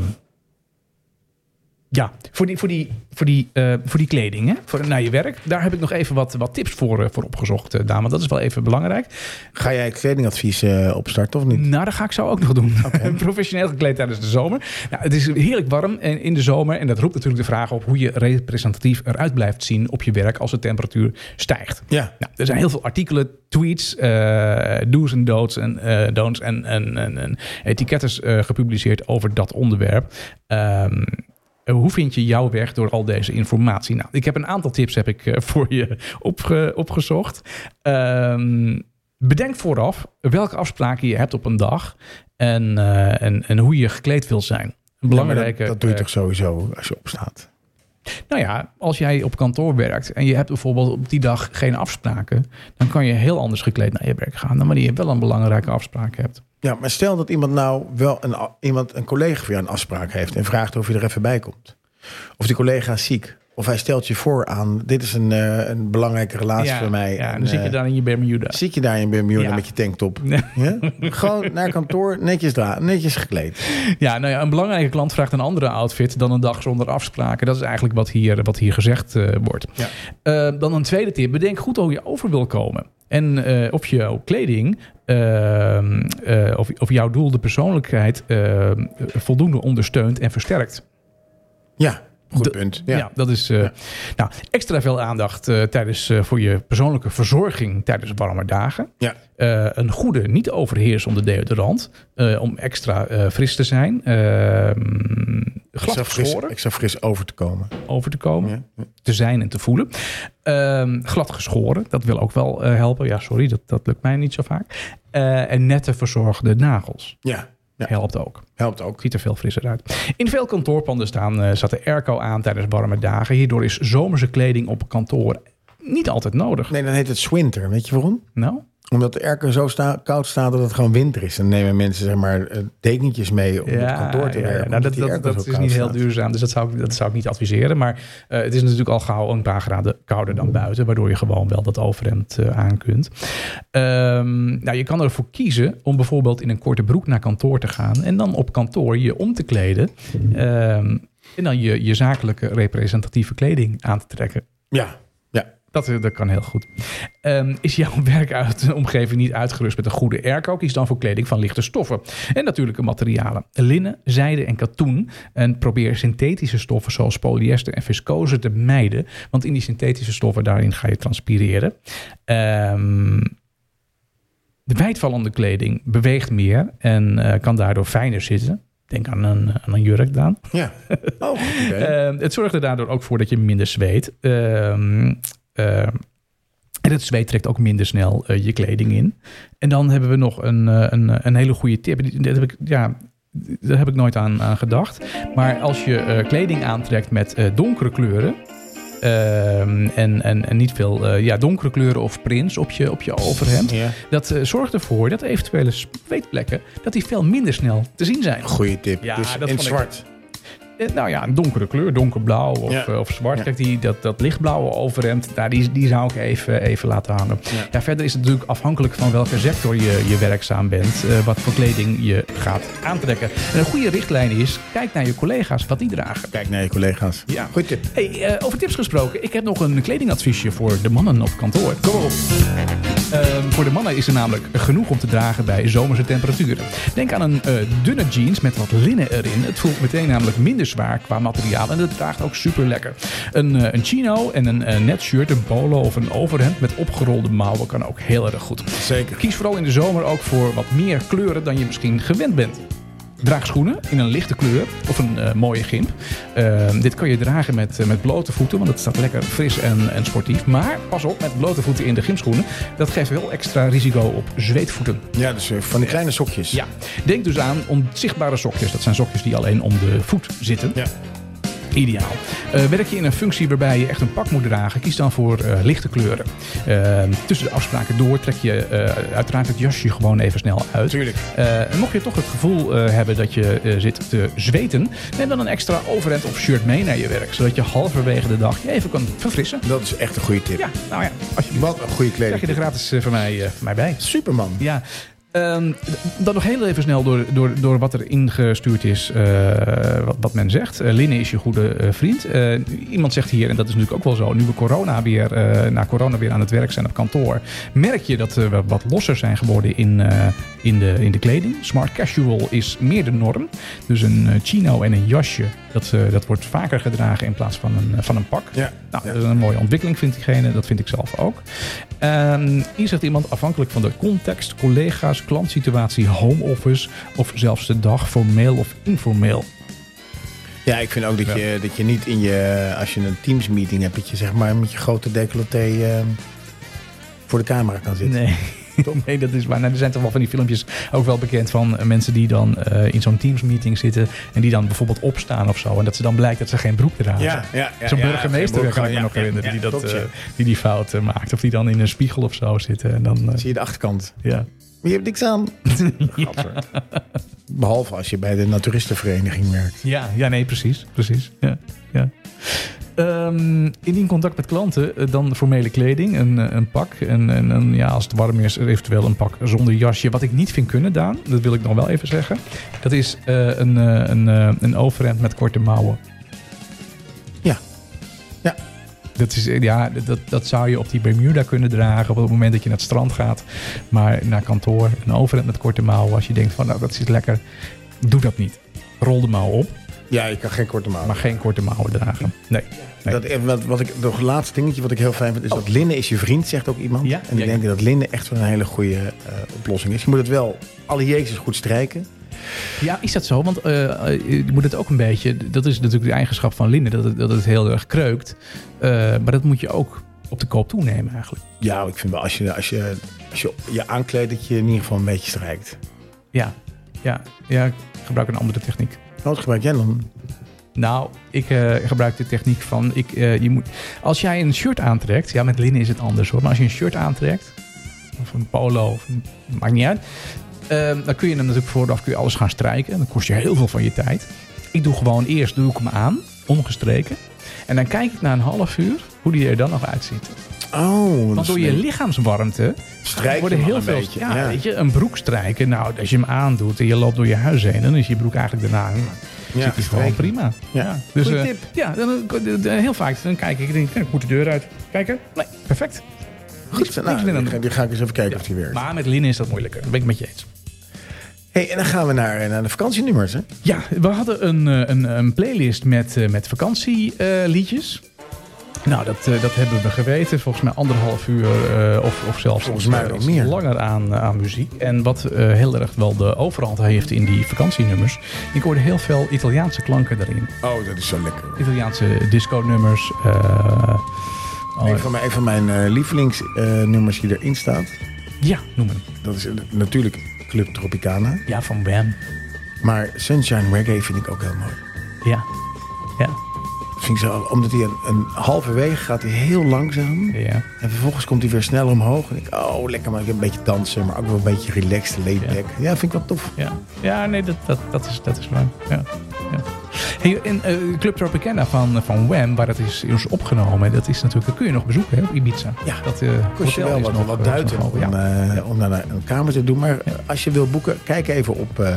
Speaker 2: ja, voor die, voor die, voor die, eh, voor die kleding, hè? Voor, naar je werk. Daar heb ik nog even wat, wat tips voor, eh, voor opgezocht, eh, dame. Dat is wel even belangrijk.
Speaker 1: Ga jij kledingadvies eh, opstarten of niet?
Speaker 2: Nou, dat ga ik zo ook nog doen. Professioneel gekleed tijdens de zomer. Nou, het is heerlijk warm en in de zomer. En dat roept natuurlijk de vraag op hoe je representatief eruit blijft zien op je werk als de temperatuur stijgt.
Speaker 1: Ja.
Speaker 2: Nou, er zijn heel veel artikelen, tweets, eh do's en don'ts en eh, don'ts en, en, en, en etikettes eh, gepubliceerd over dat onderwerp. Ehm, eh, hoe vind je jouw weg door al deze informatie? Nou, ik heb een aantal tips heb ik, eh, voor je opge- opgezocht. Ehm, bedenk vooraf welke afspraken je hebt op een dag en, eh, en, en hoe je gekleed wilt zijn. Een belangrijke,
Speaker 1: Ja, maar dat, dat doe je
Speaker 2: eh,
Speaker 1: toch sowieso als je opstaat.
Speaker 2: nou ja, als jij op kantoor werkt en je hebt bijvoorbeeld op die dag geen afspraken, dan kan je heel anders gekleed naar je werk gaan dan wanneer je wel een belangrijke afspraak hebt.
Speaker 1: Ja, maar stel dat iemand nou wel een, a- iemand, een collega voor jou een afspraak heeft en vraagt of je er even bij komt. Of die collega is ziek. Of hij stelt je voor aan, dit is een, eh, een belangrijke relatie
Speaker 2: ja,
Speaker 1: voor mij.
Speaker 2: Ja,
Speaker 1: En,
Speaker 2: dan zit je
Speaker 1: eh,
Speaker 2: daar in je Bermuda.
Speaker 1: zit je daar in Bermuda
Speaker 2: Ja.
Speaker 1: met je tanktop.
Speaker 2: Nee.
Speaker 1: Ja? Gewoon naar kantoor, netjes, dra netjes gekleed.
Speaker 2: Ja, nou ja, een belangrijke klant vraagt een andere outfit dan een dag zonder afspraken. Dat is eigenlijk wat hier, wat hier gezegd eh, wordt.
Speaker 1: Ja.
Speaker 2: Eh, dan een tweede tip. Bedenk goed hoe je over wil komen. En eh, of jouw kleding, eh, eh, of, of jouw doel de persoonlijkheid eh, voldoende ondersteunt en versterkt.
Speaker 1: Ja, goed
Speaker 2: De-
Speaker 1: punt. Ja.
Speaker 2: Ja, dat is. eh,
Speaker 1: Ja.
Speaker 2: Nou, extra veel aandacht eh, tijdens, eh, voor je persoonlijke verzorging tijdens warme dagen.
Speaker 1: Ja.
Speaker 2: Eh, een goede, niet overheersende deodorant. eh, om extra eh, fris te zijn. Eh,
Speaker 1: Ik
Speaker 2: glad
Speaker 1: zou fris,
Speaker 2: geschoren
Speaker 1: ik zou fris over te komen.
Speaker 2: over te komen.
Speaker 1: Ja.
Speaker 2: Te zijn en te voelen. Ehm, glad geschoren, dat wil ook wel eh, helpen. Ja, sorry, dat, dat lukt mij niet zo vaak. Eh, en nette verzorgde nagels
Speaker 1: ja, Ja.
Speaker 2: helpt ook
Speaker 1: helpt ook.
Speaker 2: ziet er veel frisser uit. In veel kantoorpanden staan, eh zat de airco aan tijdens warme dagen. Hierdoor is zomerse kleding op kantoor niet altijd nodig.
Speaker 1: Nee, dan heet het swinter. Weet je waarom?
Speaker 2: Nou,
Speaker 1: Omdat de airco zo sta- koud staat dat het gewoon winter is. En nemen mensen zeg maar eh, dekentjes mee om op het kantoor te werken.
Speaker 2: Nou,
Speaker 1: omdat
Speaker 2: dat
Speaker 1: die
Speaker 2: dat,
Speaker 1: airco
Speaker 2: dat
Speaker 1: zo
Speaker 2: is
Speaker 1: koud
Speaker 2: niet heel
Speaker 1: staat.
Speaker 2: duurzaam, dus dat zou, ik- dat zou ik niet adviseren. Maar eh, het is natuurlijk al gauw een paar graden kouder dan buiten, waardoor je gewoon wel dat overhemd eh, aan kunt. Ehm, nou, je kan ervoor kiezen om bijvoorbeeld in een korte broek naar kantoor te gaan en dan op kantoor je om te kleden. Ehm, en dan je, je zakelijke representatieve kleding aan te trekken.
Speaker 1: Ja,
Speaker 2: Dat, eh, dat kan heel goed. Ehm, is jouw werkuitomgeving niet uitgerust met een goede airco? Kies dan voor kleding van lichte stoffen. En natuurlijke materialen. Linnen, zijde en katoen. En probeer synthetische stoffen zoals polyester en viscose te mijden. Want in die synthetische stoffen, daarin ga je transpireren. Ehm, de wijdvallende kleding beweegt meer en eh, kan daardoor fijner zitten. Denk aan een, eh, aan een jurk dan.
Speaker 1: ja. Oh, goed idee.
Speaker 2: Eh, het zorgt er daardoor ook voor dat je minder zweet. Ehm, ehm, en het zweet trekt ook minder snel eh, je kleding in. En dan hebben we nog een, eh, een, eh, een hele goede tip. Die- Dat heb ik, ja, daar heb ik nooit aan, aan gedacht. Maar als je eh, kleding aantrekt met eh, donkere kleuren. ehm, en, en, en niet veel eh, ja, donkere kleuren of prints op je, op je overhemd.
Speaker 1: ja.
Speaker 2: Dat eh, zorgt ervoor dat eventuele zweetplekken dat die veel minder snel te zien zijn.
Speaker 1: Goeie tip.
Speaker 2: Ja,
Speaker 1: dus in
Speaker 2: dat vond ik-
Speaker 1: zwart.
Speaker 2: Eh, Nou ja, een donkere kleur, donkerblauw of,
Speaker 1: Ja.
Speaker 2: eh, of zwart.
Speaker 1: Ja.
Speaker 2: Kijk, die, dat, dat lichtblauwe overhemd, daar, die, die zou ik even, even laten hangen. Ja.
Speaker 1: Ja.
Speaker 2: verder is het natuurlijk afhankelijk van welke sector je, je werkzaam bent, eh, wat voor kleding je gaat aantrekken. En een goede richtlijn is, kijk naar je collega's, wat die dragen.
Speaker 1: Kijk naar je collega's.
Speaker 2: Ja.
Speaker 1: Goeie tip.
Speaker 2: Hey, eh, over tips gesproken, ik heb nog een kledingadviesje voor de mannen op kantoor. Kom maar op. Ehm, voor de mannen is er namelijk genoeg om te dragen bij zomerse temperaturen. Denk aan een eh, dunne jeans met wat linnen erin. Het voelt meteen namelijk minder zwaar qua materiaal en het draagt ook super lekker. Een, eh, een chino en een eh, net shirt, een polo of een overhemd met opgerolde mouwen kan ook heel erg goed.
Speaker 1: Zeker.
Speaker 2: Kies vooral in de zomer ook voor wat meer kleuren dan je misschien gewend bent. Draag schoenen in een lichte kleur of een eh, mooie gimp. Ehm, dit kan je dragen met, eh, met blote voeten, want het staat lekker fris en, en sportief. Maar pas op met blote voeten in de gymschoenen. Dat geeft wel extra risico op zweetvoeten.
Speaker 1: Ja, dus eh, van die kleine sokjes.
Speaker 2: Ja, denk dus aan onzichtbare sokjes. Dat zijn sokjes die alleen om de voet zitten.
Speaker 1: Ja.
Speaker 2: Ideaal. Eh, werk je in een functie waarbij je echt een pak moet dragen, kies dan voor eh, lichte kleuren. Eh, tussen de afspraken door trek je eh, uiteraard het jasje gewoon even snel uit.
Speaker 1: Tuurlijk.
Speaker 2: Eh, en mocht je toch het gevoel eh, hebben dat je eh, zit te zweten, neem dan een extra overhemd of shirt mee naar je werk, zodat je halverwege de dag je even kan verfrissen.
Speaker 1: Dat is echt een goede tip.
Speaker 2: Ja, nou ja, alsjeblieft.
Speaker 1: Wat een goede
Speaker 2: Krijg je
Speaker 1: kleding.
Speaker 2: er gratis eh, van, mij, eh, van mij bij.
Speaker 1: Superman.
Speaker 2: Ja. Ehm, d- dan nog heel even snel door, door, door wat er ingestuurd is, eh, wat, wat men zegt. Eh, Linnen is je goede eh, vriend. Eh, iemand zegt hier, en dat is natuurlijk ook wel zo, nu we corona weer, eh, na corona weer aan het werk zijn op kantoor, merk je dat eh, we wat losser zijn geworden in, eh, in, de, in de kleding. Smart casual is meer de norm. Dus een eh, chino en een jasje, dat, eh, dat wordt vaker gedragen in plaats van een, van een pak.
Speaker 1: Ja.
Speaker 2: Nou,
Speaker 1: Ja.
Speaker 2: dat is een mooie ontwikkeling, vindt diegene. Dat vind ik zelf ook. Ehm, hier zegt iemand, afhankelijk van de context, collega's, klantsituatie, home office of zelfs de dag, formeel of informeel.
Speaker 1: Ja, ik vind ook dat,
Speaker 2: Ja.
Speaker 1: je, dat je niet in je, als je een Teams meeting hebt, dat je zeg maar met je grote decolleté eh, voor de camera kan zitten.
Speaker 2: Nee. Nee, dat is waar. Nou, er zijn toch wel van die filmpjes ook wel bekend van eh, mensen die dan eh, in zo'n Teams-meeting zitten. en die dan bijvoorbeeld opstaan of zo. en dat ze dan blijkt dat ze geen broek dragen.
Speaker 1: ja. ja
Speaker 2: Zo'n
Speaker 1: ja,
Speaker 2: burgemeester
Speaker 1: ja,
Speaker 2: kan ik me
Speaker 1: ja,
Speaker 2: nog
Speaker 1: ja,
Speaker 2: herinneren
Speaker 1: ja,
Speaker 2: die, dat,
Speaker 1: klopt, ja.
Speaker 2: eh, die die fout eh, maakt. Of die dan in een spiegel of zo zitten. En dan, eh,
Speaker 1: Zie je de achterkant.
Speaker 2: ja.
Speaker 1: Maar je hebt niks aan. Gadver. Behalve als je bij de naturistenvereniging werkt.
Speaker 2: Ja, ja, nee, precies. Precies. Ja, ja. Ehm, indien contact met klanten, eh, dan formele kleding, een, eh, een pak. En, en, en ja, als het warm is, eventueel een pak zonder jasje. Wat ik niet vind kunnen, Daan, dat wil ik nog wel even zeggen. Dat is eh, een, eh, een, eh, een overhemd met korte mouwen.
Speaker 1: Ja. Ja.
Speaker 2: Dat, is, eh, ja, dat, dat zou je op die Bermuda kunnen dragen op het moment dat je naar het strand gaat. Maar naar kantoor, een overhemd met korte mouwen. Als je denkt van, nou, dat is lekker. Doe dat niet. Rol de mouw op,
Speaker 1: Ja, je kan geen korte mouwen.
Speaker 2: maar geen korte mouwen dragen. Nee. nee.
Speaker 1: Dat, eh, wat, wat ik, het laatste dingetje wat ik heel fijn vind is dat linnen is je vriend, zegt ook iemand.
Speaker 2: Ja,
Speaker 1: en ik
Speaker 2: ja,
Speaker 1: denk dat linnen echt wel een hele goede eh, oplossing is. Je moet het wel alle jezus goed strijken.
Speaker 2: Ja, is dat zo? Want eh, eh, je moet het ook een beetje. Dat is natuurlijk de eigenschap van linnen, dat het, dat het heel erg kreukt. Eh, maar dat moet je ook op de koop toenemen eigenlijk.
Speaker 1: Ja, ik vind wel als je als je, als je, je aankleedt dat je in ieder geval een beetje strijkt.
Speaker 2: Ja, ja, ja ik gebruik een andere techniek.
Speaker 1: Wat gebruik jij dan?
Speaker 2: Nou, ik eh, gebruik de techniek van. Ik, eh, je moet, als jij een shirt aantrekt, ja, met linnen is het anders hoor. Maar als je een shirt aantrekt, of een polo, of een, maakt niet uit. eh, dan kun je hem natuurlijk vooraf kun je alles gaan strijken. En dan kost je heel veel van je tijd. Ik doe gewoon eerst, doe ik hem aan, ongestreken. En dan kijk ik na een half uur hoe die er dan nog uitziet.
Speaker 1: Oh, dat
Speaker 2: Want
Speaker 1: is
Speaker 2: door je
Speaker 1: een-
Speaker 2: lichaamswarmte
Speaker 1: Strijk je
Speaker 2: worden
Speaker 1: hem
Speaker 2: heel
Speaker 1: al een
Speaker 2: veel.
Speaker 1: beetje,
Speaker 2: ja,
Speaker 1: ja.
Speaker 2: Weet je, een broek strijken. Nou, als je hem aandoet en je loopt door je huis heen, dan is je broek eigenlijk daarna.
Speaker 1: Ja,
Speaker 2: zit hij gewoon
Speaker 1: strijken.
Speaker 2: prima.
Speaker 1: Ja.
Speaker 2: Dus,
Speaker 1: Goeie
Speaker 2: eh,
Speaker 1: tip.
Speaker 2: ja, dan, dan- dan- heel vaak dan kijk ik en denk ik, ik moet de deur uit. Kijken, nee, perfect.
Speaker 1: Goed, nou,
Speaker 2: linnen aan
Speaker 1: die
Speaker 2: doen.
Speaker 1: ga, die ga ik eens even kijken of die werkt.
Speaker 2: Maar met linnen is dat moeilijker. Dat ben ik met je eens.
Speaker 1: Hey, en dan gaan we naar, eh, naar de vakantienummers. Hè?
Speaker 2: Ja, we hadden een, eh, een, een playlist met, eh, met vakantieliedjes. nou, dat, eh, dat hebben we geweten. Volgens mij anderhalf uur eh, of, of zelfs
Speaker 1: Volgens mij
Speaker 2: iets, eh,
Speaker 1: wel
Speaker 2: iets
Speaker 1: meer.
Speaker 2: langer aan, eh, aan muziek. En wat eh, heel erg wel de overhand heeft in die vakantienummers. Ik hoorde heel veel Italiaanse klanken daarin.
Speaker 1: Oh, dat is zo lekker.
Speaker 2: Italiaanse disco-nummers. eh, oh,
Speaker 1: Een van mijn, een van mijn eh, lievelingsnummers die erin staat,
Speaker 2: ja, noem hem.
Speaker 1: dat is eh, natuurlijk Club Tropicana.
Speaker 2: Ja, van Wham.
Speaker 1: Maar Sunshine Reggae vind ik ook heel mooi.
Speaker 2: Ja. Ja.
Speaker 1: Dat vind ik zo, omdat hij een, een halverwege gaat hij heel langzaam.
Speaker 2: Ja.
Speaker 1: En vervolgens komt hij weer sneller omhoog. En ik, oh, lekker, maar ik een beetje dansen, maar ook wel een beetje relaxed, laid
Speaker 2: Ja.
Speaker 1: back. Ja, vind ik wel tof.
Speaker 2: Ja, ja nee, dat, dat, dat, is, dat is waar. Ja. Ja. Hey, en eh, Club Tropicana van, van Wham, waar dat is, is opgenomen, dat is natuurlijk, dat kun je nog bezoeken hè, op Ibiza.
Speaker 1: Ja,
Speaker 2: dat eh,
Speaker 1: Kost je
Speaker 2: hotel
Speaker 1: wel
Speaker 2: is
Speaker 1: wat,
Speaker 2: nog,
Speaker 1: wat
Speaker 2: eh,
Speaker 1: duiten
Speaker 2: is nog
Speaker 1: om,
Speaker 2: open. Ja.
Speaker 1: eh, om naar een kamer te doen. Maar eh, als je wil boeken, kijk even op eh,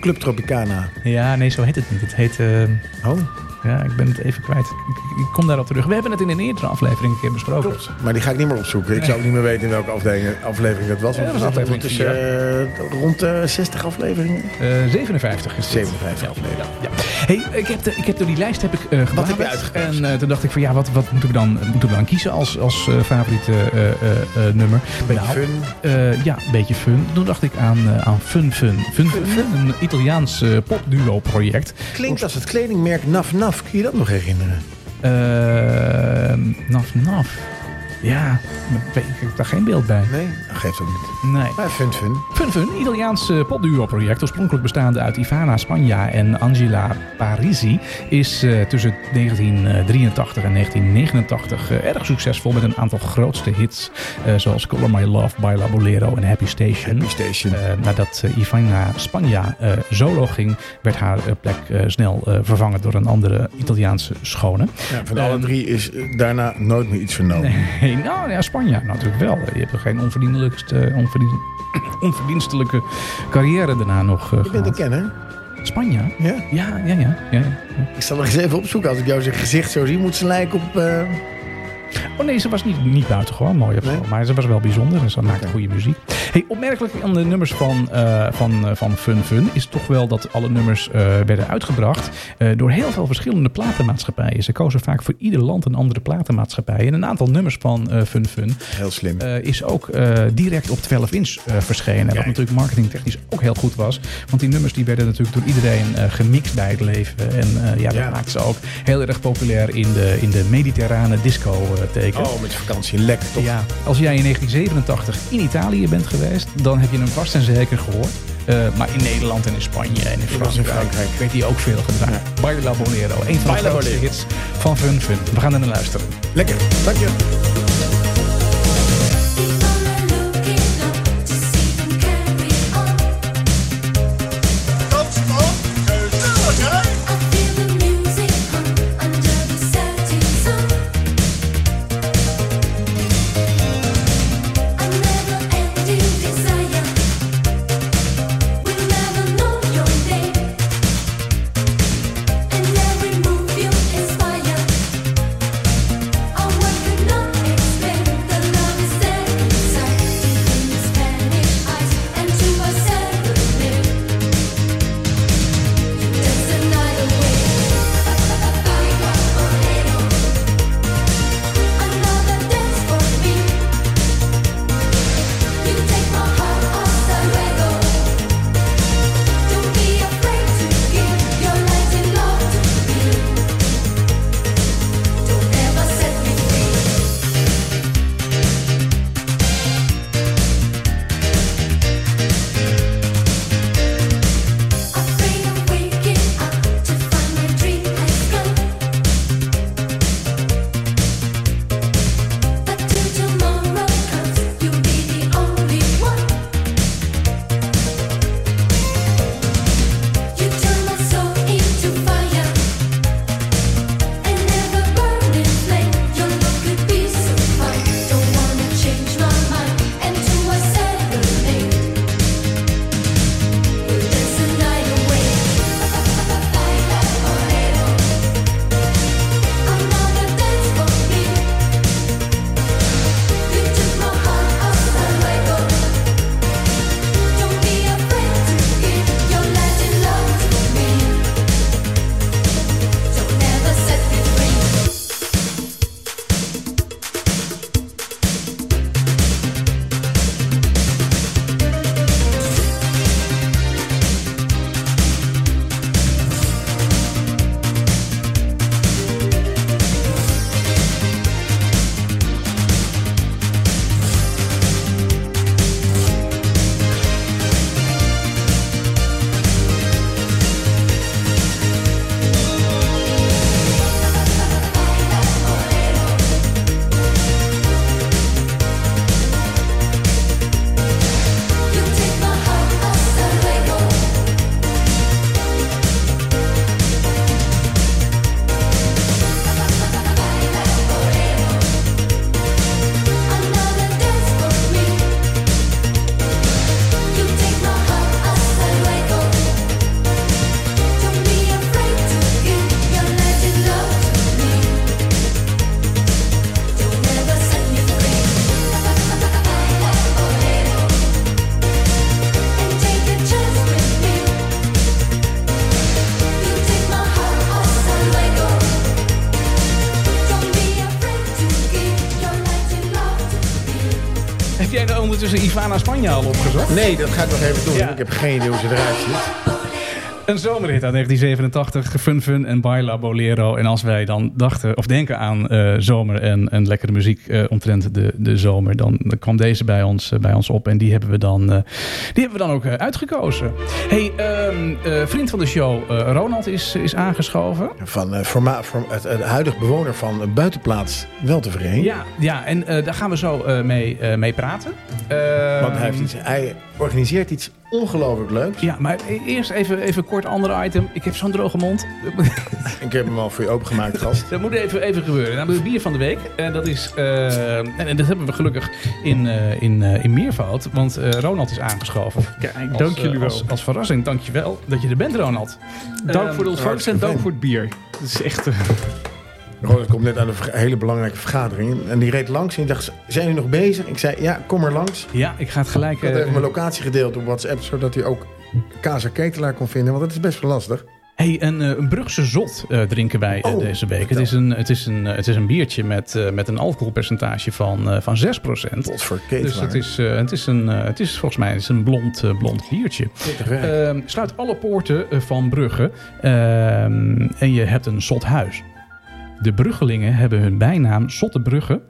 Speaker 1: Club Tropicana.
Speaker 2: ja, nee, zo heet het niet. Het heet, eh,
Speaker 1: Oh,
Speaker 2: ja, ik ben het even kwijt. Ik, ik- ik kom daarop terug. We hebben het in een eerdere aflevering een keer besproken.
Speaker 1: klopt. Maar die ga ik niet meer opzoeken. Ik zou ook niet meer weten in welke afdeling- aflevering dat was.
Speaker 2: Ja,
Speaker 1: Want
Speaker 2: dat
Speaker 1: we
Speaker 2: was
Speaker 1: zitten
Speaker 2: aflevering
Speaker 1: ondertussen eh, rond eh, 60 afleveringen.
Speaker 2: Eh, 57 is het.
Speaker 1: 57
Speaker 2: Ja,
Speaker 1: afleveringen.
Speaker 2: ja. Hey, ik, heb de, ik heb door die lijst heb ik, eh gebladerd.
Speaker 1: heb je uitgekozen?
Speaker 2: En eh, toen dacht ik van ja, wat, wat moeten, we dan, moeten we dan kiezen als, als eh, favoriete eh, eh, eh, nummer?
Speaker 1: Beetje
Speaker 2: Nou,
Speaker 1: fun.
Speaker 2: Eh, ja, een beetje fun. Toen dacht ik aan, eh, aan Fun Fun. Fun Fun, een Italiaans eh, popduo-project.
Speaker 1: Klinkt als het kledingmerk Naf Naf. Kun je dat nog herinneren?
Speaker 2: Eh, naf Naf. Ja, ik weet- ik heb daar geen beeld bij.
Speaker 1: Nee? Dat geeft ook niet.
Speaker 2: Nee.
Speaker 1: Maar fun fun.
Speaker 2: Fun Fun, Italiaans eh, popduo-project, oorspronkelijk bestaande uit Ivana Spagna en Angela Parisi, is eh, tussen 1983 en 1989 eh, erg succesvol met een aantal grootste hits, eh, zoals Color My Love, Baila Bolero en Happy Station.
Speaker 1: Happy Station.
Speaker 2: Eh, nadat eh, Ivana Spagna eh, solo ging, werd haar eh, plek eh, snel eh, vervangen door een andere Italiaanse schone.
Speaker 1: Ja, van
Speaker 2: eh,
Speaker 1: alle drie is eh, daarna nooit meer iets vernomen.
Speaker 2: Nee, nou ja, Spanje nou, natuurlijk wel. Je hebt geen onverdienlijkste, onverdien- onverdienstelijke carrière daarna nog eh
Speaker 1: Je bent een
Speaker 2: gehad.
Speaker 1: kenner.
Speaker 2: Spanje?
Speaker 1: Ja?
Speaker 2: Ja, ja, ja. ja, ja.
Speaker 1: Ik zal er eens even opzoeken. Als ik jou zijn gezicht zo zie, moet ze lijken op... eh,
Speaker 2: Oh nee, ze was niet, niet buitengewoon mooi of zo.
Speaker 1: Nee?
Speaker 2: Maar ze was wel bijzonder en ze maakte
Speaker 1: Oké.
Speaker 2: goede muziek. Hey, opmerkelijk aan de nummers van, eh, van, eh, van Fun Fun is toch wel dat alle nummers eh, werden uitgebracht eh, door heel veel verschillende platenmaatschappijen. Ze kozen vaak voor ieder land een andere platenmaatschappij. En een aantal nummers van eh, Fun Fun
Speaker 1: Heel slim.
Speaker 2: eh, is ook eh, direct op 12 inch eh, verschenen. Wat
Speaker 1: Kijk.
Speaker 2: natuurlijk marketingtechnisch ook heel goed was. Want die nummers die werden natuurlijk door iedereen eh, gemixt bij het leven. En eh, ja, dat
Speaker 1: Ja.
Speaker 2: maakte ze ook heel erg populair in de, in de mediterrane disco eh, teken.
Speaker 1: oh, met je vakantie. Lekker toch?
Speaker 2: Ja, als jij in 1987 in Italië bent geweest, dan heb je hem vast en zeker gehoord. Eh, maar in Nederland en in Spanje en in
Speaker 1: was in
Speaker 2: Frankrijk,
Speaker 1: Frankrijk.
Speaker 2: werd hij ook veel gedraaid. Baila Bonero, een van de
Speaker 1: Baila
Speaker 2: grootste
Speaker 1: Bolero.
Speaker 2: hits van Fun Fun. We gaan er naar luisteren.
Speaker 1: Lekker. Dank je.
Speaker 3: People are looking up to see who carry on.
Speaker 4: Don't stop, go do it, okay?
Speaker 3: I feel the music hum under the search
Speaker 2: Heb jij nou ondertussen Ivana Spanje al opgezocht?
Speaker 1: Nee, dat ga ik nog even doen.
Speaker 2: Ja.
Speaker 1: Ik heb geen idee hoe ze eruit ziet.
Speaker 2: Een zomerhit uit 1987, Fun Fun en Baila Bolero. En als wij dan dachten of denken aan eh, zomer en, en lekkere muziek eh, omtrent de, de zomer, dan kwam deze bij ons, eh, bij ons op. En die hebben we dan, eh, die hebben we dan ook eh, uitgekozen. hey, ehm, eh, vriend van de show, eh, Ronald is, is aangeschoven.
Speaker 1: Van eh, forma- form- het, het huidig bewoner van eh, buitenplaats Weltevereen.
Speaker 2: Ja, ja en eh, daar gaan we zo eh, mee, eh, mee praten. Ehm,
Speaker 1: Want hij, heeft iets, hij organiseert iets ongelooflijk leuks.
Speaker 2: Ja, maar e- eerst even, even kort ander item. Ik heb zo'n droge mond.
Speaker 1: Ik heb hem al voor je opengemaakt, gast.
Speaker 2: Dat moet even, even gebeuren. Nou, het bier van de week. En dat is. eh, en, en dat hebben we gelukkig in, eh, in, eh, in meervoud. Want eh, Ronald is aangeschoven.
Speaker 4: Kijk,
Speaker 2: Als,
Speaker 4: dank
Speaker 2: eh,
Speaker 4: jullie wel.
Speaker 2: Als, als verrassing, dank je wel dat je er bent, Ronald. Ehm,
Speaker 4: dank voor de ontvangst
Speaker 1: hartstikke
Speaker 4: en dank
Speaker 1: fijn.
Speaker 4: voor het bier. Dat is echt... eh,
Speaker 1: Ronald komt net aan een ver- hele belangrijke vergadering. En die reed langs en die dacht, zijn jullie nog bezig? Ik zei, ja, kom maar langs.
Speaker 2: Ja, ik ga het gelijk.
Speaker 1: Ik had
Speaker 2: eh,
Speaker 1: even mijn locatie gedeeld op WhatsApp, zodat hij ook Kaza Ketelaar kon vinden. Want dat is best wel lastig.
Speaker 2: hey, een, eh, een Brugse zot eh, drinken wij eh,
Speaker 1: Oh,
Speaker 2: deze week. Het
Speaker 1: vertel.
Speaker 2: is, een, het, is een, eh, het is een biertje met, eh, met een alcoholpercentage van, eh, van 6%.
Speaker 1: Tot voor
Speaker 2: Dus
Speaker 1: Ketelaar.
Speaker 2: het is, eh, het, is een, eh, het is volgens mij het is een blond, eh, blond biertje.
Speaker 1: Pittig werk.
Speaker 2: Ehm, sluit alle poorten eh, van Brugge ehm, en je hebt een zot huis. De Bruggelingen hebben hun bijnaam Zotte Brugge,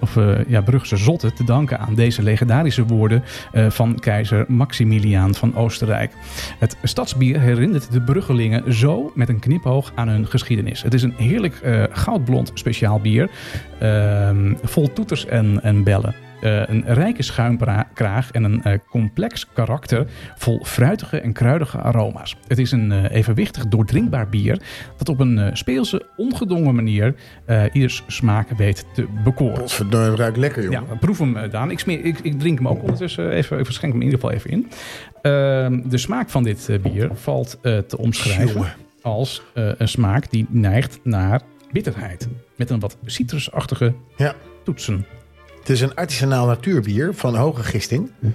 Speaker 2: of eh, ja, Brugse Zotten, te danken aan deze legendarische woorden eh, van keizer Maximiliaan van Oostenrijk. Het stadsbier herinnert de Bruggelingen zo met een knipoog aan hun geschiedenis. Het is een heerlijk eh, goudblond speciaal bier, ehm, vol toeters en, en bellen. Eh, een rijke schuimkraag en een eh, complex karakter vol fruitige en kruidige aroma's. Het is een eh, evenwichtig doordrinkbaar bier dat op een eh, speelse, ongedwongen manier eh, ieders smaak weet te bekoren.
Speaker 1: Potverdorie, het ruikt lekker,
Speaker 2: Ja,
Speaker 1: jongen.
Speaker 2: proef hem, eh, Daan. Ik, smeer, ik, ik drink hem ook ondertussen even. Ik verschenk hem in ieder geval even in. Ehm, de smaak van dit eh, bier valt eh, te omschrijven
Speaker 1: Jongen.
Speaker 2: als eh, een smaak die neigt naar bitterheid. Met een wat citrusachtige
Speaker 1: Ja.
Speaker 2: toetsen.
Speaker 1: Het is een artisanaal natuurbier van hoge gisting.
Speaker 2: Hm.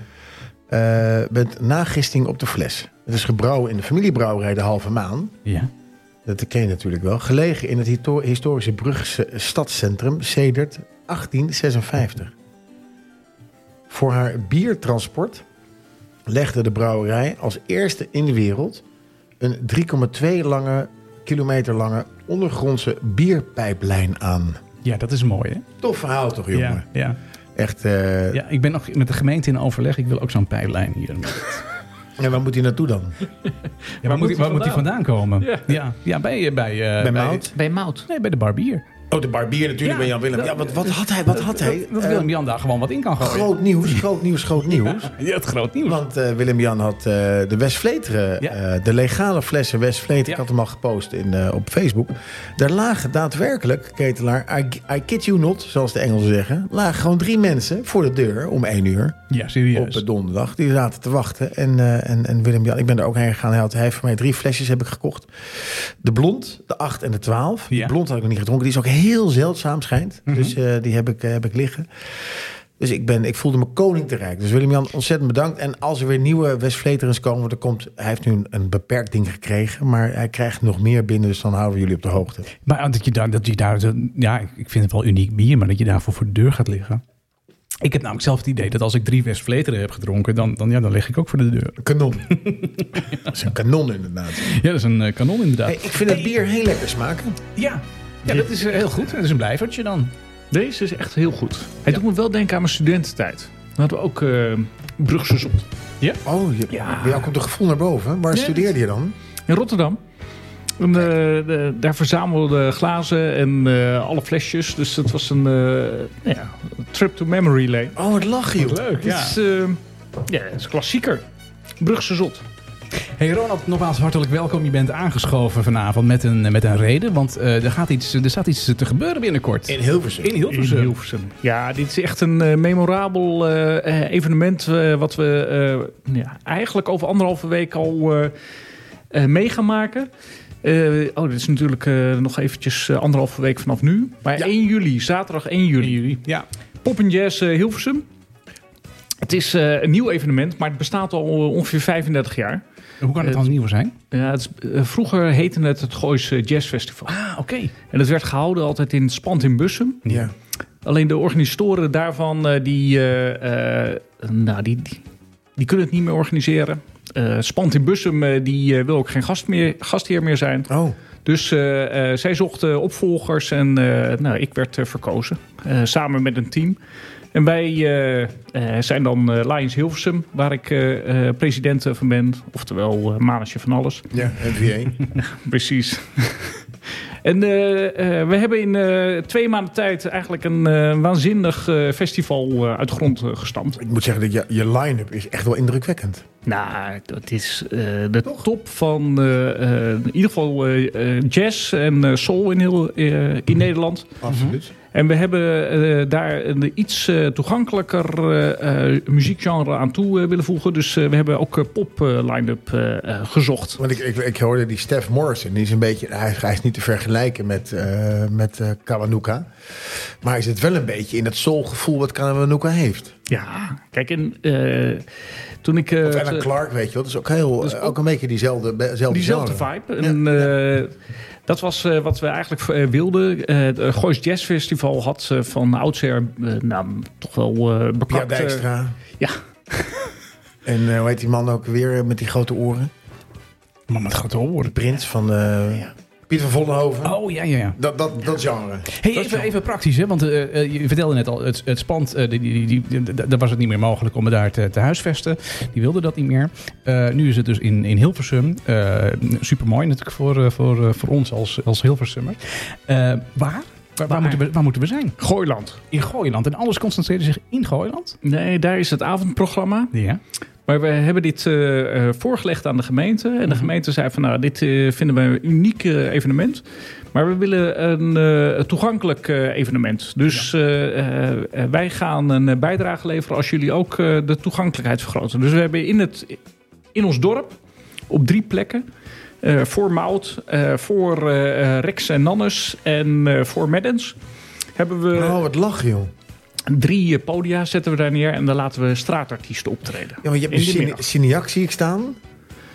Speaker 1: Eh, met nagisting op de fles. Het is gebrouwen in de familiebrouwerij De Halve Maan.
Speaker 2: Ja.
Speaker 1: Dat ken je natuurlijk wel. Gelegen in het hito- historische Brugse stadscentrum sedert 1856. Voor haar biertransport legde de brouwerij als eerste in de wereld een 3,2 lange kilometer lange ondergrondse bierpijplijn aan.
Speaker 2: ja, dat is mooi, hè?
Speaker 1: Tof verhaal toch, jongen?
Speaker 2: Ja, ja.
Speaker 1: Echt, eh,
Speaker 2: ja, ik ben nog met de gemeente in overleg. Ik wil ook zo'n pijplijn hier.
Speaker 1: en waar moet hij naartoe dan?
Speaker 2: Ja, waar moet, die- waar moet die vandaan komen?
Speaker 4: Ja.
Speaker 2: ja, ja, bij, eh, bij, eh,
Speaker 1: Bij Mout?
Speaker 5: Bij Mout.
Speaker 2: Nee, bij de barbier.
Speaker 1: Oh, de barbier natuurlijk
Speaker 2: Ja,
Speaker 1: bij Jan Willem.
Speaker 2: dat-
Speaker 1: Ja, wat, wat had hij? Wat had hij?
Speaker 2: Dat
Speaker 1: Eh,
Speaker 2: Willem-Jan daar gewoon wat in kan gooien.
Speaker 1: groot nieuws, groot nieuws, groot nieuws.
Speaker 2: Ja, het groot nieuws.
Speaker 1: Want eh, Willem-Jan had eh, de Westvleteren,
Speaker 2: Ja.
Speaker 1: eh, de legale flessen Westvleteren,
Speaker 2: Ja.
Speaker 1: ik had hem al gepost in, eh, op Facebook. Daar lagen daadwerkelijk, ketelaar, I, I kid you not, zoals de Engelsen zeggen, lagen gewoon drie mensen voor de deur om één uur
Speaker 2: Ja,
Speaker 1: op
Speaker 2: serieus.
Speaker 1: eh, donderdag. Die zaten te wachten. En, eh, en, en Willem-Jan, ik ben er ook heen gegaan. Hij, had, hij heeft voor mij drie flesjes heb ik gekocht. De blond, de 8 en de 12.
Speaker 2: Ja.
Speaker 1: De blond had ik nog niet gedronken. Die is ook heel zeldzaam, schijnt. Dus eh, die heb ik, eh, heb ik liggen. Dus ik, ben, ik voelde me koning te rijk. Dus Willem-Jan, ontzettend bedankt. En als er weer nieuwe Westvleterens komen, want er komt, hij heeft nu een, een beperkt ding gekregen, maar hij krijgt nog meer binnen, dus dan houden we jullie op de hoogte.
Speaker 2: Maar dat je daar, dat je daar zo- ja, ik ik vind het wel uniek bier, maar dat je daarvoor voor de deur gaat liggen. Ik heb namelijk zelf het idee dat als ik drie Westfleteren heb gedronken, dan, dan, ja, dan lig ik ook voor de deur.
Speaker 1: Een kanon. dat is een kanon inderdaad.
Speaker 2: Ja, dat is een eh, kanon inderdaad.
Speaker 1: Hey, ik vind het bier heel lekker smaken.
Speaker 2: Ja. ja, dat is eh, heel goed. Dat is een blijvertje dan.
Speaker 4: Deze is echt heel goed. Hij doet me wel denken aan mijn studententijd. Dan hadden we ook eh Brugse Zot.
Speaker 1: Oh, je,
Speaker 4: Ja.
Speaker 1: bij jou komt een gevoel naar boven. Waar
Speaker 4: Ja,
Speaker 1: studeerde je dan?
Speaker 4: In Rotterdam. En, eh, de- daar verzamelden glazen en eh, alle flesjes. Dus dat was een eh, nou ja, trip to memory lane.
Speaker 1: Oh, het lachen, joh.
Speaker 2: Leuk,
Speaker 4: Dit is, eh, ja, het is klassieker. Brugse Zot.
Speaker 2: Hey Ronald, nogmaals hartelijk welkom. Je bent aangeschoven vanavond met een, met een reden, want eh, er, gaat iets, er staat iets te gebeuren binnenkort.
Speaker 1: In Hilversum.
Speaker 2: In Hilversum.
Speaker 4: In Hilversum. Ja, dit is echt een eh, memorabel eh, eh, evenement eh, wat we eh, ja, eigenlijk over anderhalve week al eh, eh, mee gaan maken. Eh, oh, dit is natuurlijk eh, nog eventjes eh, anderhalve week vanaf nu. Maar
Speaker 1: Ja.
Speaker 4: 1 juli, zaterdag 1 juli.
Speaker 2: Ja.
Speaker 4: Pop and Jazz eh, Hilversum. Het is eh, een nieuw evenement, maar het bestaat al eh, ongeveer 35 jaar.
Speaker 2: Hoe kan het dan nieuw zijn?
Speaker 4: Ja, het is- eh, vroeger heette het het Goois eh, Jazz Festival.
Speaker 2: Ah, oké.
Speaker 4: En dat werd gehouden altijd in het Spand in Bussum.
Speaker 1: Ja.
Speaker 4: Alleen de organisatoren daarvan, eh, die, eh, eh, nou, die, die, die kunnen het niet meer organiseren. Eh Spant in Bussum, eh, die eh, wil ook geen gast meer, gastheer meer zijn.
Speaker 1: Oh,
Speaker 4: Dus eh, eh, zij zochten opvolgers en eh, nou, ik werd eh, verkozen. Eh, samen met een team. En wij eh, eh, zijn dan eh, Lions Hilversum, waar ik eh, eh, president eh, van ben. Oftewel eh mannetje van alles.
Speaker 1: ja, NVA.
Speaker 4: Precies. en eh, eh, we hebben in eh, twee maanden tijd eigenlijk een eh, waanzinnig eh, festival eh, uit de grond eh, gestampt.
Speaker 1: Ik moet zeggen dat je, je line-up is echt wel indrukwekkend.
Speaker 4: Nou, dat is eh, de top van eh, eh, in ieder geval eh, eh, jazz en eh, soul in, heel, eh, in Nederland.
Speaker 1: Absoluut.
Speaker 4: En we hebben eh, daar een iets eh, toegankelijker eh, eh, muziekgenre aan toe eh, willen voegen. Dus eh, we hebben ook eh, pop eh, line-up eh, eh, gezocht.
Speaker 1: Want ik, ik, ik hoorde die Stef Morrison, die is een beetje, hij, is- hij is niet te vergelijken met, eh met eh, Kawanuka. Maar hij zit wel een beetje in het soulgevoel wat Kawanuka heeft.
Speaker 4: Ja, kijk, en eh, toen ik... eh,
Speaker 1: Of Alan Clark, weet je wel, dat is ook, heel,
Speaker 4: Dat is
Speaker 1: eh,
Speaker 4: ook-
Speaker 1: ook een beetje diezelfde, be- zelfde
Speaker 4: Diezelfde
Speaker 1: genre.
Speaker 4: vibe. En, eh, dat was eh, wat we eigenlijk eh, wilden. Eh het eh, Goois Jazz Festival had eh, van oudsher eh, nou, toch wel eh
Speaker 1: Pia
Speaker 4: bekend. eh,
Speaker 1: Dijkstra.
Speaker 4: ja.
Speaker 1: En eh, hoe heet die man ook weer eh, met die grote oren?
Speaker 2: Man met grote oren.
Speaker 1: Prins van eh, Pieter van Vollenhoven.
Speaker 2: Oh, ja, ja, ja.
Speaker 1: Dat, dat, dat genre.
Speaker 2: Hey, even, even praktisch, hè? want eh, eh, je vertelde net al, het, het spand, eh, die, die, die, die- d- daar was het niet meer mogelijk om het daar te, te huisvesten. Die wilden dat niet meer. Eh, nu is het dus in, in Hilversum. Super mooi natuurlijk voor, eh, voor, eh, voor ons als, als Hilversummer. Eh, waar? Waar, waar, moeten we, waar moeten we zijn?
Speaker 4: Gooiland.
Speaker 2: In Gooiland. En alles concentreerde zich in Gooiland?
Speaker 4: Nee, daar is het avondprogramma.
Speaker 2: Ja.
Speaker 4: Maar we hebben dit eh, eh, voorgelegd aan de gemeente. En de gemeente zei van nou, dit eh, vinden we een uniek eh, evenement. Maar we willen een eh, toegankelijk eh, evenement. Dus eh, eh, eh, wij gaan een eh, bijdrage leveren als jullie ook eh, de toegankelijkheid vergroten. Dus we hebben in, het, in ons dorp op drie plekken. eh, voor Mout, eh, voor eh, eh, Rex en Nannes en eh, voor Maddens. Hebben we
Speaker 1: oh, wat lach, joh.
Speaker 4: drie eh, podia zetten we daar neer. En daar laten we straatartiesten optreden.
Speaker 1: Ja, maar je hebt
Speaker 4: In
Speaker 1: nu
Speaker 4: de
Speaker 1: Cine-
Speaker 4: middag.
Speaker 1: Cineac, zie ik staan.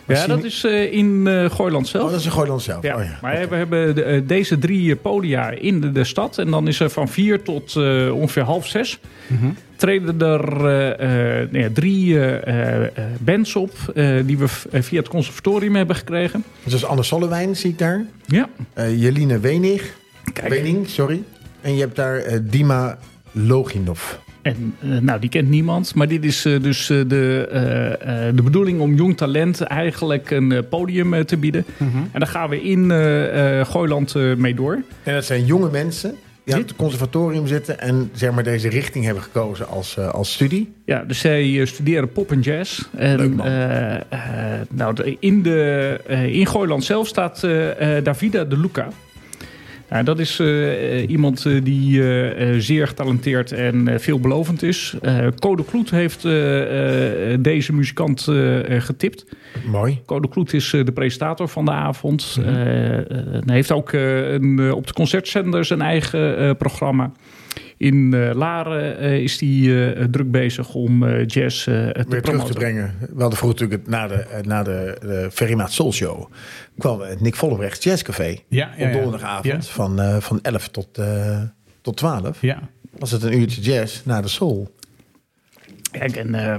Speaker 1: Maar
Speaker 4: Ja,
Speaker 1: Cine-
Speaker 4: dat is eh, in eh Gooiland zelf.
Speaker 1: Oh, dat is in Gooiland zelf.
Speaker 4: ja.
Speaker 1: Oh, ja.
Speaker 4: Maar we hebben de- eh, deze drie eh, podia in de, de stad. En dan is er van vier tot eh, ongeveer half zes.
Speaker 1: Mhm.
Speaker 4: Treden er eh, eh, nee, drie eh, eh, bands op. eh, die we v- eh, via het conservatorium hebben gekregen.
Speaker 1: Dus dat is Anne Sollewijn, zie ik daar.
Speaker 4: Ja,
Speaker 1: Eh, Jeline Wenig.
Speaker 4: kijk.
Speaker 1: Wening, sorry. En je hebt daar eh, Dima Loginov.
Speaker 4: En eh, nou, die kent niemand. Maar dit is eh, dus eh, de, eh, eh, de bedoeling om jong talent eigenlijk een eh, podium eh, te bieden.
Speaker 1: Mhm.
Speaker 4: En daar gaan we in eh eh, Gooiland eh, mee door.
Speaker 1: En dat zijn jonge mensen die aan
Speaker 4: Dit-
Speaker 1: het conservatorium zitten en zeg maar deze richting hebben gekozen als, eh, als studie.
Speaker 4: Ja, dus zij eh, studeren pop en jazz. En,
Speaker 1: Leuk, man.
Speaker 4: eh, eh, nou, de- in, de, eh, in Gooiland zelf staat eh, eh, Davida de Luca. Nou, dat is eh, eh, iemand eh, die eh, eh, zeer getalenteerd en eh, veelbelovend is. Eh, Code Kloet heeft eh, eh, deze muzikant eh, eh, getipt.
Speaker 1: Mooi.
Speaker 4: Code Kloet is eh, de presentator van de avond.
Speaker 1: Mhm.
Speaker 4: Eh eh, hij heeft ook eh, een, eh, op de concertzender zijn eigen eh, programma. In eh, Laren eh, is hij eh, druk bezig om eh, jazz eh, te
Speaker 1: Weer terug te
Speaker 4: promoten.
Speaker 1: brengen. We hadden vroeger natuurlijk het, na de, eh, na de, de Ferrymaat Soul Show... kwam het Nick Vollebrecht Jazzcafé
Speaker 2: Ja, ja,
Speaker 1: op
Speaker 2: ja.
Speaker 1: donderdagavond
Speaker 2: Ja.
Speaker 1: van, eh, van 11 tot, eh, tot 12.
Speaker 2: Ja.
Speaker 1: Was het een uurtje jazz na de soul.
Speaker 2: Oh,
Speaker 4: Kijk, en, eh,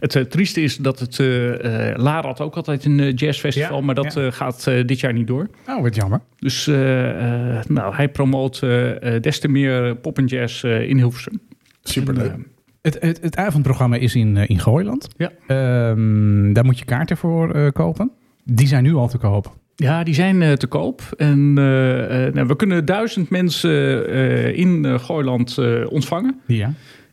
Speaker 4: het eh, trieste is dat het... eh eh Laren had ook altijd een eh, jazzfestival,
Speaker 2: Ja,
Speaker 4: maar dat
Speaker 2: ja.
Speaker 4: eh, gaat eh, dit jaar niet door.
Speaker 2: Oh, wat jammer.
Speaker 4: Dus eh, eh, nou, hij promoot eh, eh, des te meer eh, pop en jazz eh, in Hilversum.
Speaker 1: Superleuk.
Speaker 4: En, eh,
Speaker 2: Het, het, het avondprogramma is in, eh, in Gooiland.
Speaker 4: Ja.
Speaker 2: Ehm, daar moet je kaarten voor eh, kopen. Die zijn nu al te koop.
Speaker 4: Ja, die zijn eh, te koop. En eh, eh, nou, we kunnen duizend mensen eh, in eh, Gooiland eh, ontvangen.
Speaker 2: Ja.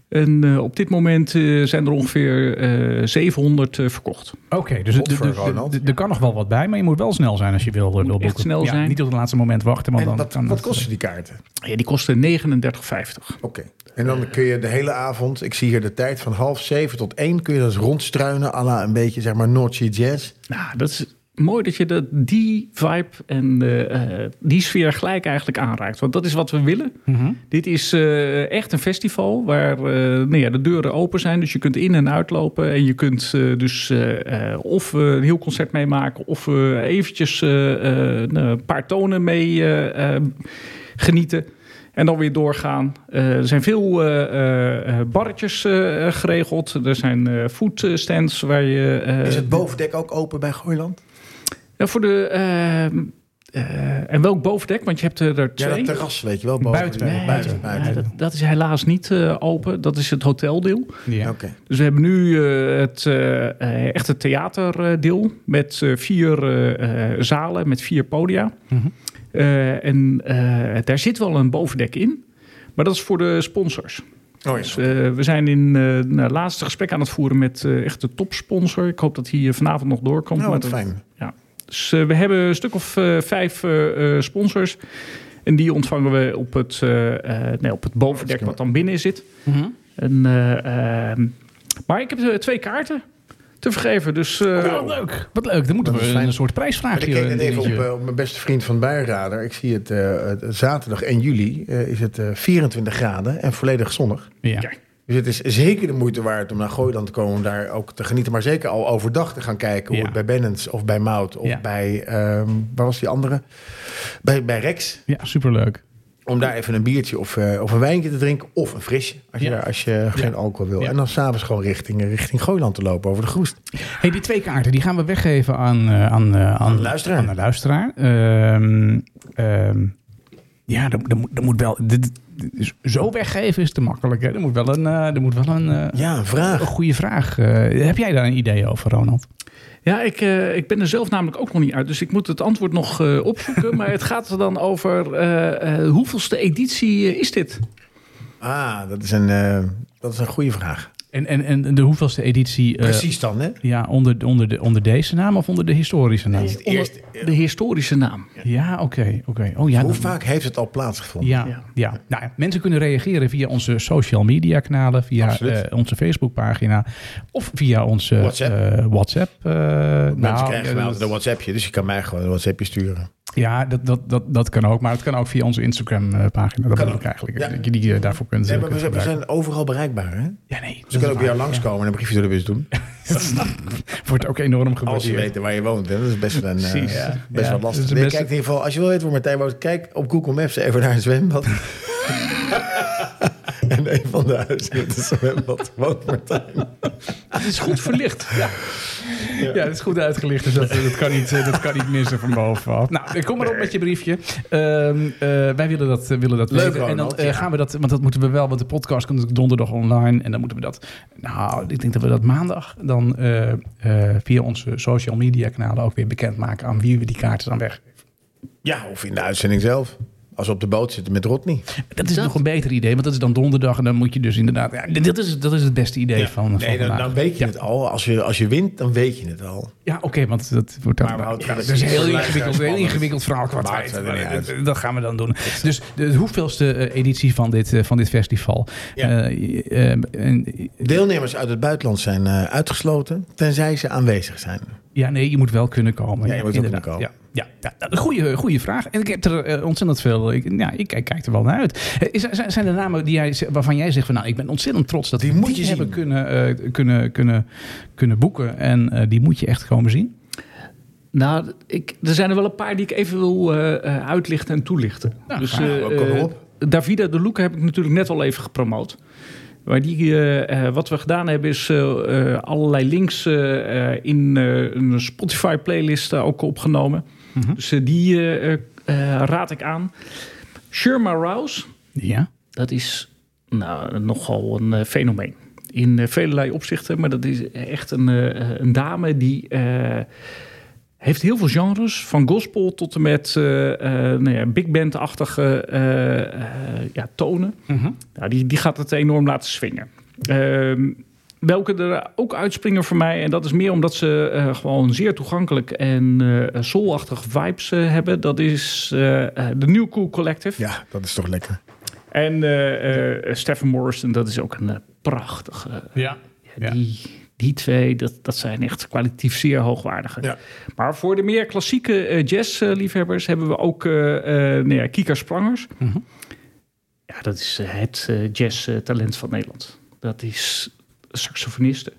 Speaker 4: En eh, op dit moment eh, zijn er ongeveer eh 700 eh, verkocht.
Speaker 2: Oké, dus
Speaker 1: Tot
Speaker 2: de-
Speaker 1: voor
Speaker 2: de- de-
Speaker 1: Ronald.
Speaker 2: de- er kan nog wel wat bij, maar je moet wel snel zijn als je wil, eh, wil
Speaker 4: echt
Speaker 2: boeken.
Speaker 4: snel
Speaker 2: Ja,
Speaker 4: zijn.
Speaker 2: Niet tot het laatste moment wachten, want
Speaker 1: En
Speaker 2: dan
Speaker 1: wat,
Speaker 2: kan
Speaker 1: wat
Speaker 2: het-
Speaker 1: kosten die kaarten?
Speaker 4: Ja, die kosten 39,50.
Speaker 1: Oké. En dan kun je de hele avond, ik zie hier de tijd van half zeven tot één, kun je dat eens rondstruinen, à la een beetje zeg maar North Sea Jazz.
Speaker 4: Nou, dat is mooi dat je dat, die vibe en eh, eh, die sfeer gelijk eigenlijk aanraakt. Want dat is wat we willen.
Speaker 2: Mhm.
Speaker 4: Dit is eh, echt een festival waar eh, nou ja, de deuren open zijn. Dus je kunt in en uitlopen. En je kunt eh, dus eh, eh, of eh, een heel concert meemaken. Of eh, eventjes eh, eh, nou, een paar tonen mee eh, eh, genieten. En dan weer doorgaan. Eh, er zijn veel eh, eh, eh, barretjes eh, eh, geregeld. Er zijn eh food stands waar je... eh,
Speaker 1: Is het bovendek ook open bij Gooiland?
Speaker 4: ja, Nou, voor de... eh, eh, en welk bovendek? Want je hebt eh, er
Speaker 1: Ja,
Speaker 4: twee.
Speaker 1: dat terras, weet je wel. Boven.
Speaker 2: Buiten.
Speaker 4: Nee,
Speaker 1: buiten.
Speaker 4: ja,
Speaker 1: buiten.
Speaker 4: dat, dat is helaas niet eh, open. Dat is het hoteldeel.
Speaker 2: eh, Ja.
Speaker 1: Oké. Oh
Speaker 4: Dus we hebben nu eh, het eh, eh, echte theaterdeel met eh, vier eh, eh, zalen, met vier podia.
Speaker 2: Mhm.
Speaker 4: Eh, en eh, daar zit wel een bovendek in, maar dat is voor de sponsors.
Speaker 1: Oh,
Speaker 4: Dus,
Speaker 1: ja.
Speaker 4: eh, we zijn in eh, nou, het laatste gesprek aan het voeren met eh, echt de topsponsor. Ik hoop dat hij eh, vanavond nog doorkomt.
Speaker 1: Nou,
Speaker 4: maar
Speaker 1: wat
Speaker 4: dat-
Speaker 1: fijn.
Speaker 4: dus eh, we hebben een stuk of eh, vijf eh, eh, sponsors. En die ontvangen we op het, eh, eh, nee, op het bovendek wat dan binnen zit.
Speaker 2: Mhm.
Speaker 4: En, eh, eh, maar ik heb eh, twee kaarten te vergeven. Dus eh,
Speaker 2: Wat leuk. Wat leuk. Dan moeten
Speaker 1: Dat
Speaker 2: we
Speaker 1: is fijn.
Speaker 2: een soort
Speaker 1: Maar
Speaker 2: prijsvraagje.
Speaker 1: ik keek net even op,
Speaker 2: dingetje.
Speaker 1: eh, op mijn beste vriend van Bijrader. Ik zie het eh, het- zaterdag 1 juli eh, is het eh, 24 graden en volledig zonnig.
Speaker 2: ja.
Speaker 4: ja.
Speaker 1: Dus het is zeker de moeite waard om naar Gooiland te komen, om daar ook te genieten. Maar zeker al overdag te gaan kijken hoe
Speaker 2: Ja.
Speaker 1: het bij Bennens of bij Mout of
Speaker 2: Ja.
Speaker 1: bij, ehm, waar was die andere? Bij, bij Rex.
Speaker 2: ja, superleuk.
Speaker 1: Om daar even een biertje of, eh, of een wijntje te drinken of een frisje als je,
Speaker 2: Ja.
Speaker 1: als je geen alcohol wil.
Speaker 2: Ja.
Speaker 1: En dan s'avonds gewoon richting, eh, richting Gooiland te lopen over de groest.
Speaker 2: Hey, die twee kaarten die gaan we weggeven aan, eh, aan,
Speaker 1: Aan
Speaker 2: eh,
Speaker 1: de
Speaker 2: aan,
Speaker 1: luisteraar.
Speaker 2: aan de luisteraar. Ehm, ehm, ja, dat, dat, moet- dat moet wel. Dit, dit- zo weggeven is te makkelijk. Hè? Er moet wel een, eh, er moet wel een, eh,
Speaker 1: Ja, een vraag.
Speaker 2: een goede vraag. eh, heb jij daar een idee over, Ronald?
Speaker 4: Ja, ik, eh, ik ben er zelf namelijk ook nog niet uit. Dus ik moet het antwoord nog eh, opzoeken. maar het gaat er dan over eh, eh, hoeveelste editie eh, is dit?
Speaker 1: Ah, dat is een, eh, dat is een goede vraag.
Speaker 2: En, en, en de hoeveelste editie? eh,
Speaker 1: Eh, Precies dan, hè?
Speaker 2: Ja, onder, onder, de, onder deze naam of onder de historische naam?
Speaker 1: Het eerste,
Speaker 4: De historische naam.
Speaker 2: Ja, oké. oké. Oh, ja,
Speaker 1: Hoe
Speaker 2: dan-
Speaker 1: vaak heeft het al plaatsgevonden?
Speaker 2: Ja, ja.
Speaker 4: Ja.
Speaker 2: Nou, ja, mensen kunnen reageren via onze social media kanalen, via
Speaker 1: Absoluut.
Speaker 2: eh, onze Facebookpagina of via onze
Speaker 1: WhatsApp.
Speaker 2: eh, WhatsApp eh,
Speaker 1: Mensen
Speaker 2: nou,
Speaker 1: krijgen
Speaker 2: eh,
Speaker 1: wel altijd een WhatsAppje, dus je kan mij gewoon een WhatsAppje sturen.
Speaker 2: Ja, dat, dat, dat, dat kan ook. Maar het kan ook via onze Instagram-pagina. Dat
Speaker 1: Kan
Speaker 2: kan ook
Speaker 1: ook.
Speaker 2: eigenlijk.
Speaker 1: Ja.
Speaker 2: Dat je die eh, daarvoor kunt,
Speaker 1: Nee,
Speaker 2: eh,
Speaker 1: maar we,
Speaker 2: kunt
Speaker 1: zijn, we
Speaker 2: gebruiken.
Speaker 1: zijn overal bereikbaar, hè?
Speaker 2: Ja, nee.
Speaker 1: Ze
Speaker 2: dat is
Speaker 1: kunnen ook bij jou
Speaker 2: waar.
Speaker 1: langskomen en een briefje door de bus doen.
Speaker 2: Wordt ook enorm gewaardeerd.
Speaker 1: Als ze weten waar je woont, hè? Dat is best wel een, eh,
Speaker 2: Precies. Ja.
Speaker 1: best wel
Speaker 2: Ja, dat is
Speaker 1: lastig.
Speaker 2: de
Speaker 1: Nee,
Speaker 2: beste-
Speaker 1: Kijk in ieder geval, als je wil weten waar Martijn woont, kijk op Google Maps even naar een zwembad. en een van de huizen in het zwembad woont Martijn.
Speaker 4: Het is goed verlicht. Ja.
Speaker 2: Ja, dat is goed uitgelicht, dus dat, dat, kan, niet, eh, dat kan niet missen van bovenaf. Nou, kom maar op met je briefje. Ehm, eh, wij willen dat, eh, willen dat
Speaker 1: Leuk,
Speaker 2: weten. En dan
Speaker 1: Ronald,
Speaker 2: eh,
Speaker 1: ja.
Speaker 2: gaan we dat, want dat moeten we wel, want de podcast komt natuurlijk donderdag online. En dan moeten we dat, nou, ik denk dat we dat maandag dan eh, eh, via onze social media kanalen ook weer bekendmaken aan wie we die kaarten dan weggeven.
Speaker 1: Ja, of in de uitzending zelf. Als we op de boot zitten met Rodney.
Speaker 2: Dat is nog een beter idee, want dat is dan donderdag en dan moet je dus inderdaad, ja, dit- dat, is, dat is het beste idee van, van
Speaker 1: Nee, dan,
Speaker 2: vandaag.
Speaker 1: dan weet je het al. Als je, als je wint, dan weet je het al.
Speaker 2: Ja, oké, want dat wordt dan...
Speaker 1: Maar we houden
Speaker 2: ja,
Speaker 1: het
Speaker 2: dat is een heel
Speaker 1: voor de
Speaker 2: ingewikkeld, heel
Speaker 1: luisteraar
Speaker 2: ingewikkeld verhaal qua
Speaker 1: Maakt
Speaker 2: tijd.
Speaker 1: het er
Speaker 2: Maar
Speaker 1: niet
Speaker 2: dat-
Speaker 1: uit.
Speaker 2: Dat gaan we dan doen. Dus de hoeveelste eh, editie van dit, eh, van dit festival.
Speaker 1: Ja.
Speaker 2: Eh, eh, en-
Speaker 1: Deelnemers uit het buitenland zijn eh, uitgesloten, tenzij ze aanwezig zijn.
Speaker 2: ja, nee, je moet wel kunnen komen.
Speaker 1: Ja, je moet wel
Speaker 2: inderdaad.
Speaker 1: kunnen komen.
Speaker 2: Ja, ja, ja nou, goeie, goeie vraag. En ik heb er eh, ontzettend veel... Ik, ja, ik kijk, kijk er wel naar uit. Eh, Is, er- zijn- zijn er namen die jij, waarvan jij zegt van... Nou, ik ben ontzettend trots dat
Speaker 1: Die
Speaker 2: we
Speaker 1: moet je
Speaker 2: hebben
Speaker 1: zien.
Speaker 2: kunnen, eh, kunnen, kunnen, kunnen boeken. En eh, die moet je echt komen zien.
Speaker 4: Nou, ik, er zijn er wel een paar die ik even wil eh, eh, uitlichten en toelichten.
Speaker 2: Nou,
Speaker 4: dus,
Speaker 2: graag.
Speaker 4: eh,
Speaker 1: Kom maar
Speaker 4: eh,
Speaker 1: op.
Speaker 4: Davida de Loek heb ik natuurlijk net al even gepromoot. Maar die, eh, eh, wat we gedaan hebben is eh, eh, allerlei links eh, eh, in eh, een Spotify-playlist eh, ook opgenomen.
Speaker 2: Mhm.
Speaker 4: Dus eh, die eh, eh, eh, raad ik aan. Sherma Rouse,
Speaker 2: Ja.
Speaker 4: dat is nou, nogal een eh, fenomeen. In eh, velelei opzichten, maar dat is echt een, eh, eh, een dame die eh, heeft heel veel genres. Van gospel tot en met eh, eh, nou ja, big band-achtige eh, eh, ja, tonen.
Speaker 2: Mhm.
Speaker 4: Nou, die, die gaat het enorm laten swingen. Ehm, welke er ook uitspringen voor mij, en dat is meer omdat ze eh, gewoon zeer toegankelijk en eh soulachtige vibes eh, hebben, dat is eh, eh, de New Cool Collective.
Speaker 1: Ja, dat is toch lekker.
Speaker 4: En eh eh Stephen Morrison, dat is ook een eh, prachtige.
Speaker 2: Ja.
Speaker 4: Ja, Die, die twee, dat, dat zijn echt kwalitatief zeer hoogwaardige.
Speaker 1: Ja.
Speaker 4: Maar voor de meer klassieke eh, jazzliefhebbers hebben we ook eh eh nou ja, Kika Sprangers.
Speaker 2: Mhm.
Speaker 4: Ja, dat is eh, het jazz jazztalent van Nederland. Dat is saxofoniste.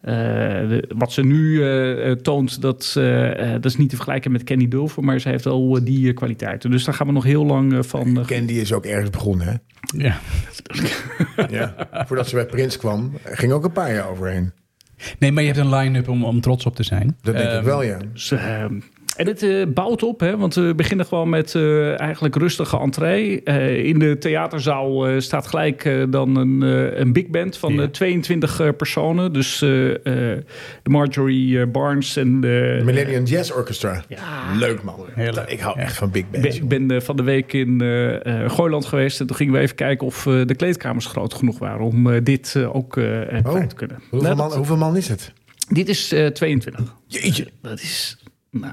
Speaker 4: Eh, de- wat ze nu eh, eh, toont, dat, eh, eh, dat is niet te vergelijken met Candy Dulfer, maar ze heeft al eh, die eh, kwaliteiten. Dus daar gaan we nog heel lang eh, van. eh,
Speaker 1: Candy is ook ergens begonnen, hè?
Speaker 2: Ja.
Speaker 1: Ja. Voordat ze bij Prins kwam, ging ook een paar jaar overheen.
Speaker 2: Nee, maar je hebt een line-up om, om trots op te zijn.
Speaker 1: Dat denk ik
Speaker 2: Ehm,
Speaker 1: wel, ja.
Speaker 4: Dus, eh, en het eh, bouwt op, hè, want we beginnen gewoon met eh, eigenlijk rustige entree. Eh, in de theaterzaal eh, staat gelijk eh, dan een, eh, een big band van
Speaker 2: Ja.
Speaker 4: eh, 22 eh, personen. Dus eh, eh, de Marjorie eh, Barnes en de...
Speaker 1: Millennium Jazz Orchestra.
Speaker 4: Ja.
Speaker 1: Leuk, man.
Speaker 2: Heel leuk.
Speaker 1: Ik hou
Speaker 2: eh, Ja.
Speaker 1: echt van Big
Speaker 4: Ik ben-
Speaker 1: Band.
Speaker 4: ik ben eh, van de week in eh, eh, Gooiland geweest en toen gingen we even kijken of eh, de kleedkamers groot genoeg waren om eh, dit eh, ook eh eh,
Speaker 1: Oh.
Speaker 4: kwijt te kunnen.
Speaker 1: Hoeveel
Speaker 4: Nou,
Speaker 1: man, hoeveel man is het?
Speaker 4: Dit is eh, 22.
Speaker 1: Jeetje.
Speaker 4: Dat is. Nou.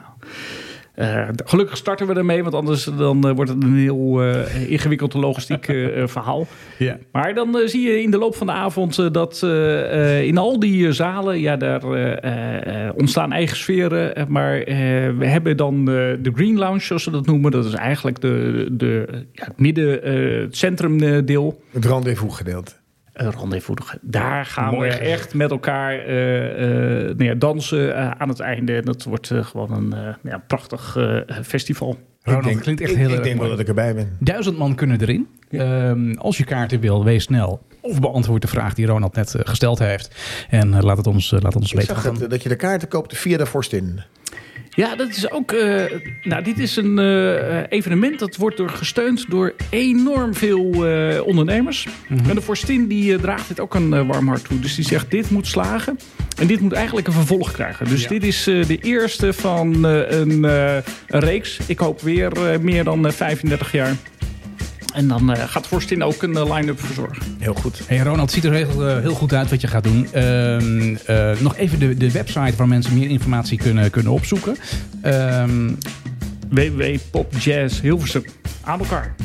Speaker 4: eh, d- gelukkig starten we ermee, want anders dan, eh, wordt het een heel eh ingewikkeld logistiek eh, eh, verhaal.
Speaker 2: Ja.
Speaker 4: Maar dan eh, zie je in de loop van de avond eh, dat eh, eh, in al die eh, zalen, ja, daar eh, eh, eh, ontstaan eigen sferen. eh, maar eh, we hebben dan eh, de Green Lounge, zoals ze dat noemen. Dat is eigenlijk de, de, ja, het midden, eh, het centrumdeel.
Speaker 1: Het rendezvous gedeelte.
Speaker 4: Een rendezvous. Eh, Daar gaan
Speaker 2: Mooi
Speaker 4: we
Speaker 2: gezegd.
Speaker 4: echt met elkaar eh, eh, nou ja, dansen eh, aan het einde. En dat wordt eh, gewoon een eh, ja, prachtig eh, festival.
Speaker 2: Ronald,
Speaker 1: Ik denk-
Speaker 2: het klinkt echt
Speaker 1: ik-
Speaker 2: heel
Speaker 1: Ik
Speaker 2: erg
Speaker 1: denk wel
Speaker 2: mooi.
Speaker 1: dat ik erbij ben.
Speaker 2: Duizend man kunnen erin. Ehm, als je kaarten wil, wees snel. Of beantwoord de vraag die Ronald net eh, gesteld heeft. En eh, laat het ons, eh, laat het ons
Speaker 1: Ik
Speaker 2: weten.
Speaker 1: zag
Speaker 2: We gaan-
Speaker 1: dat, dat je de kaarten koopt via de vorstin.
Speaker 4: Ja, dat is ook. eh, nou, dit is een eh, evenement dat wordt door gesteund door enorm veel eh, ondernemers. En de Forstin die eh, draagt dit ook een eh, warm hart toe. Dus die zegt: dit moet slagen. En dit moet eigenlijk een vervolg krijgen. Dus
Speaker 2: Ja.
Speaker 4: dit is eh, de eerste van eh, een, eh, een reeks. Ik hoop weer eh, meer dan eh, 35 jaar. En dan eh, gaat Forstin ook een eh, line-up verzorgen.
Speaker 1: Heel goed.
Speaker 2: Hey Ronald, het ziet er heel, eh, heel goed uit wat je gaat doen. Ehm, eh, nog even de, de website waar mensen meer informatie kunnen, kunnen opzoeken. Ehm
Speaker 4: www.popjazz Hilversum. Aan elkaar.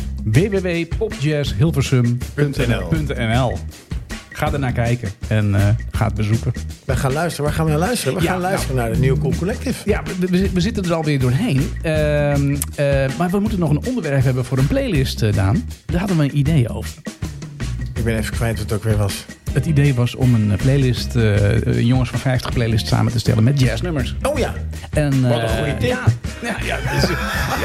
Speaker 1: .nl.
Speaker 2: www.popjazzhilversum.nl Ga er naar kijken en eh, ga het bezoeken.
Speaker 1: We gaan luisteren. Waar gaan we naar luisteren? We
Speaker 2: Ja, nou.
Speaker 1: gaan luisteren naar de New Cool Collective.
Speaker 2: Ja, we, we- we zitten er alweer doorheen. Ehm, eh, maar we moeten nog een onderwerp hebben voor een playlist, eh, Daan. Daar hadden we een idee over.
Speaker 1: Ik ben even kwijt wat het ook weer was.
Speaker 2: Het idee was om een eh, playlist, eh, een jongens van 50 playlist samen te stellen met jazznummers.
Speaker 1: Oh ja,
Speaker 2: En, Wat
Speaker 1: een goede tip.
Speaker 2: Eh, Ja, ja, ja, dus,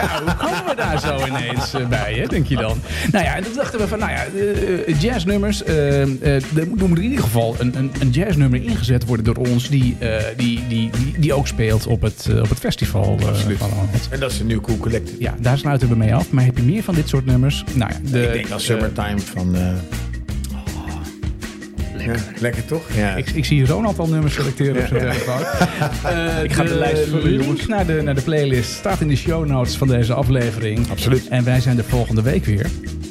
Speaker 2: ja, hoe komen we daar zo ineens eh, bij, hè, denk je dan? Nou ja, en toen dachten we van, nou ja, eh, eh, jazznummers. eh, eh, er moet er moet in ieder geval een, een, een jazznummer ingezet worden door ons... die, eh, die, die, die, die ook speelt op het, eh, op het festival. eh, van Holland.
Speaker 1: en dat is de New Cool Collective.
Speaker 2: ja, daar sluiten we mee af. Maar heb je meer van dit soort nummers? Nou ja, de,
Speaker 1: ik denk aan Summertime van... eh, lekker. lekker toch? Ja.
Speaker 2: Oh, Ik, ik zie Ronald al nummers selecteren op zijn telefoon. Eh,
Speaker 4: Ik ga de lijst vullen,
Speaker 2: link
Speaker 4: jongens.
Speaker 2: Naar de, naar de playlist staat in de show notes van deze aflevering.
Speaker 1: Absoluut.
Speaker 2: En wij zijn er volgende week weer.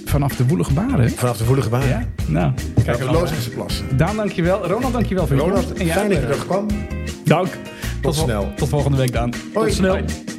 Speaker 2: Vanaf de Woelige Baren.
Speaker 1: Vanaf de voelige baan.
Speaker 2: Ja, nou.
Speaker 1: Kijk,
Speaker 2: Kijk,
Speaker 1: het Loosdrechtse plas.
Speaker 2: Daan, dankjewel. Ronald, dankjewel voor je
Speaker 1: Ronald,
Speaker 2: komst.
Speaker 1: fijn dat je
Speaker 2: Leonard,
Speaker 1: er kwam.
Speaker 4: Dank.
Speaker 1: Tot
Speaker 2: vol-
Speaker 1: snel.
Speaker 2: Tot volgende week, Daan.
Speaker 1: Hoi.
Speaker 4: Snel.
Speaker 1: Bye.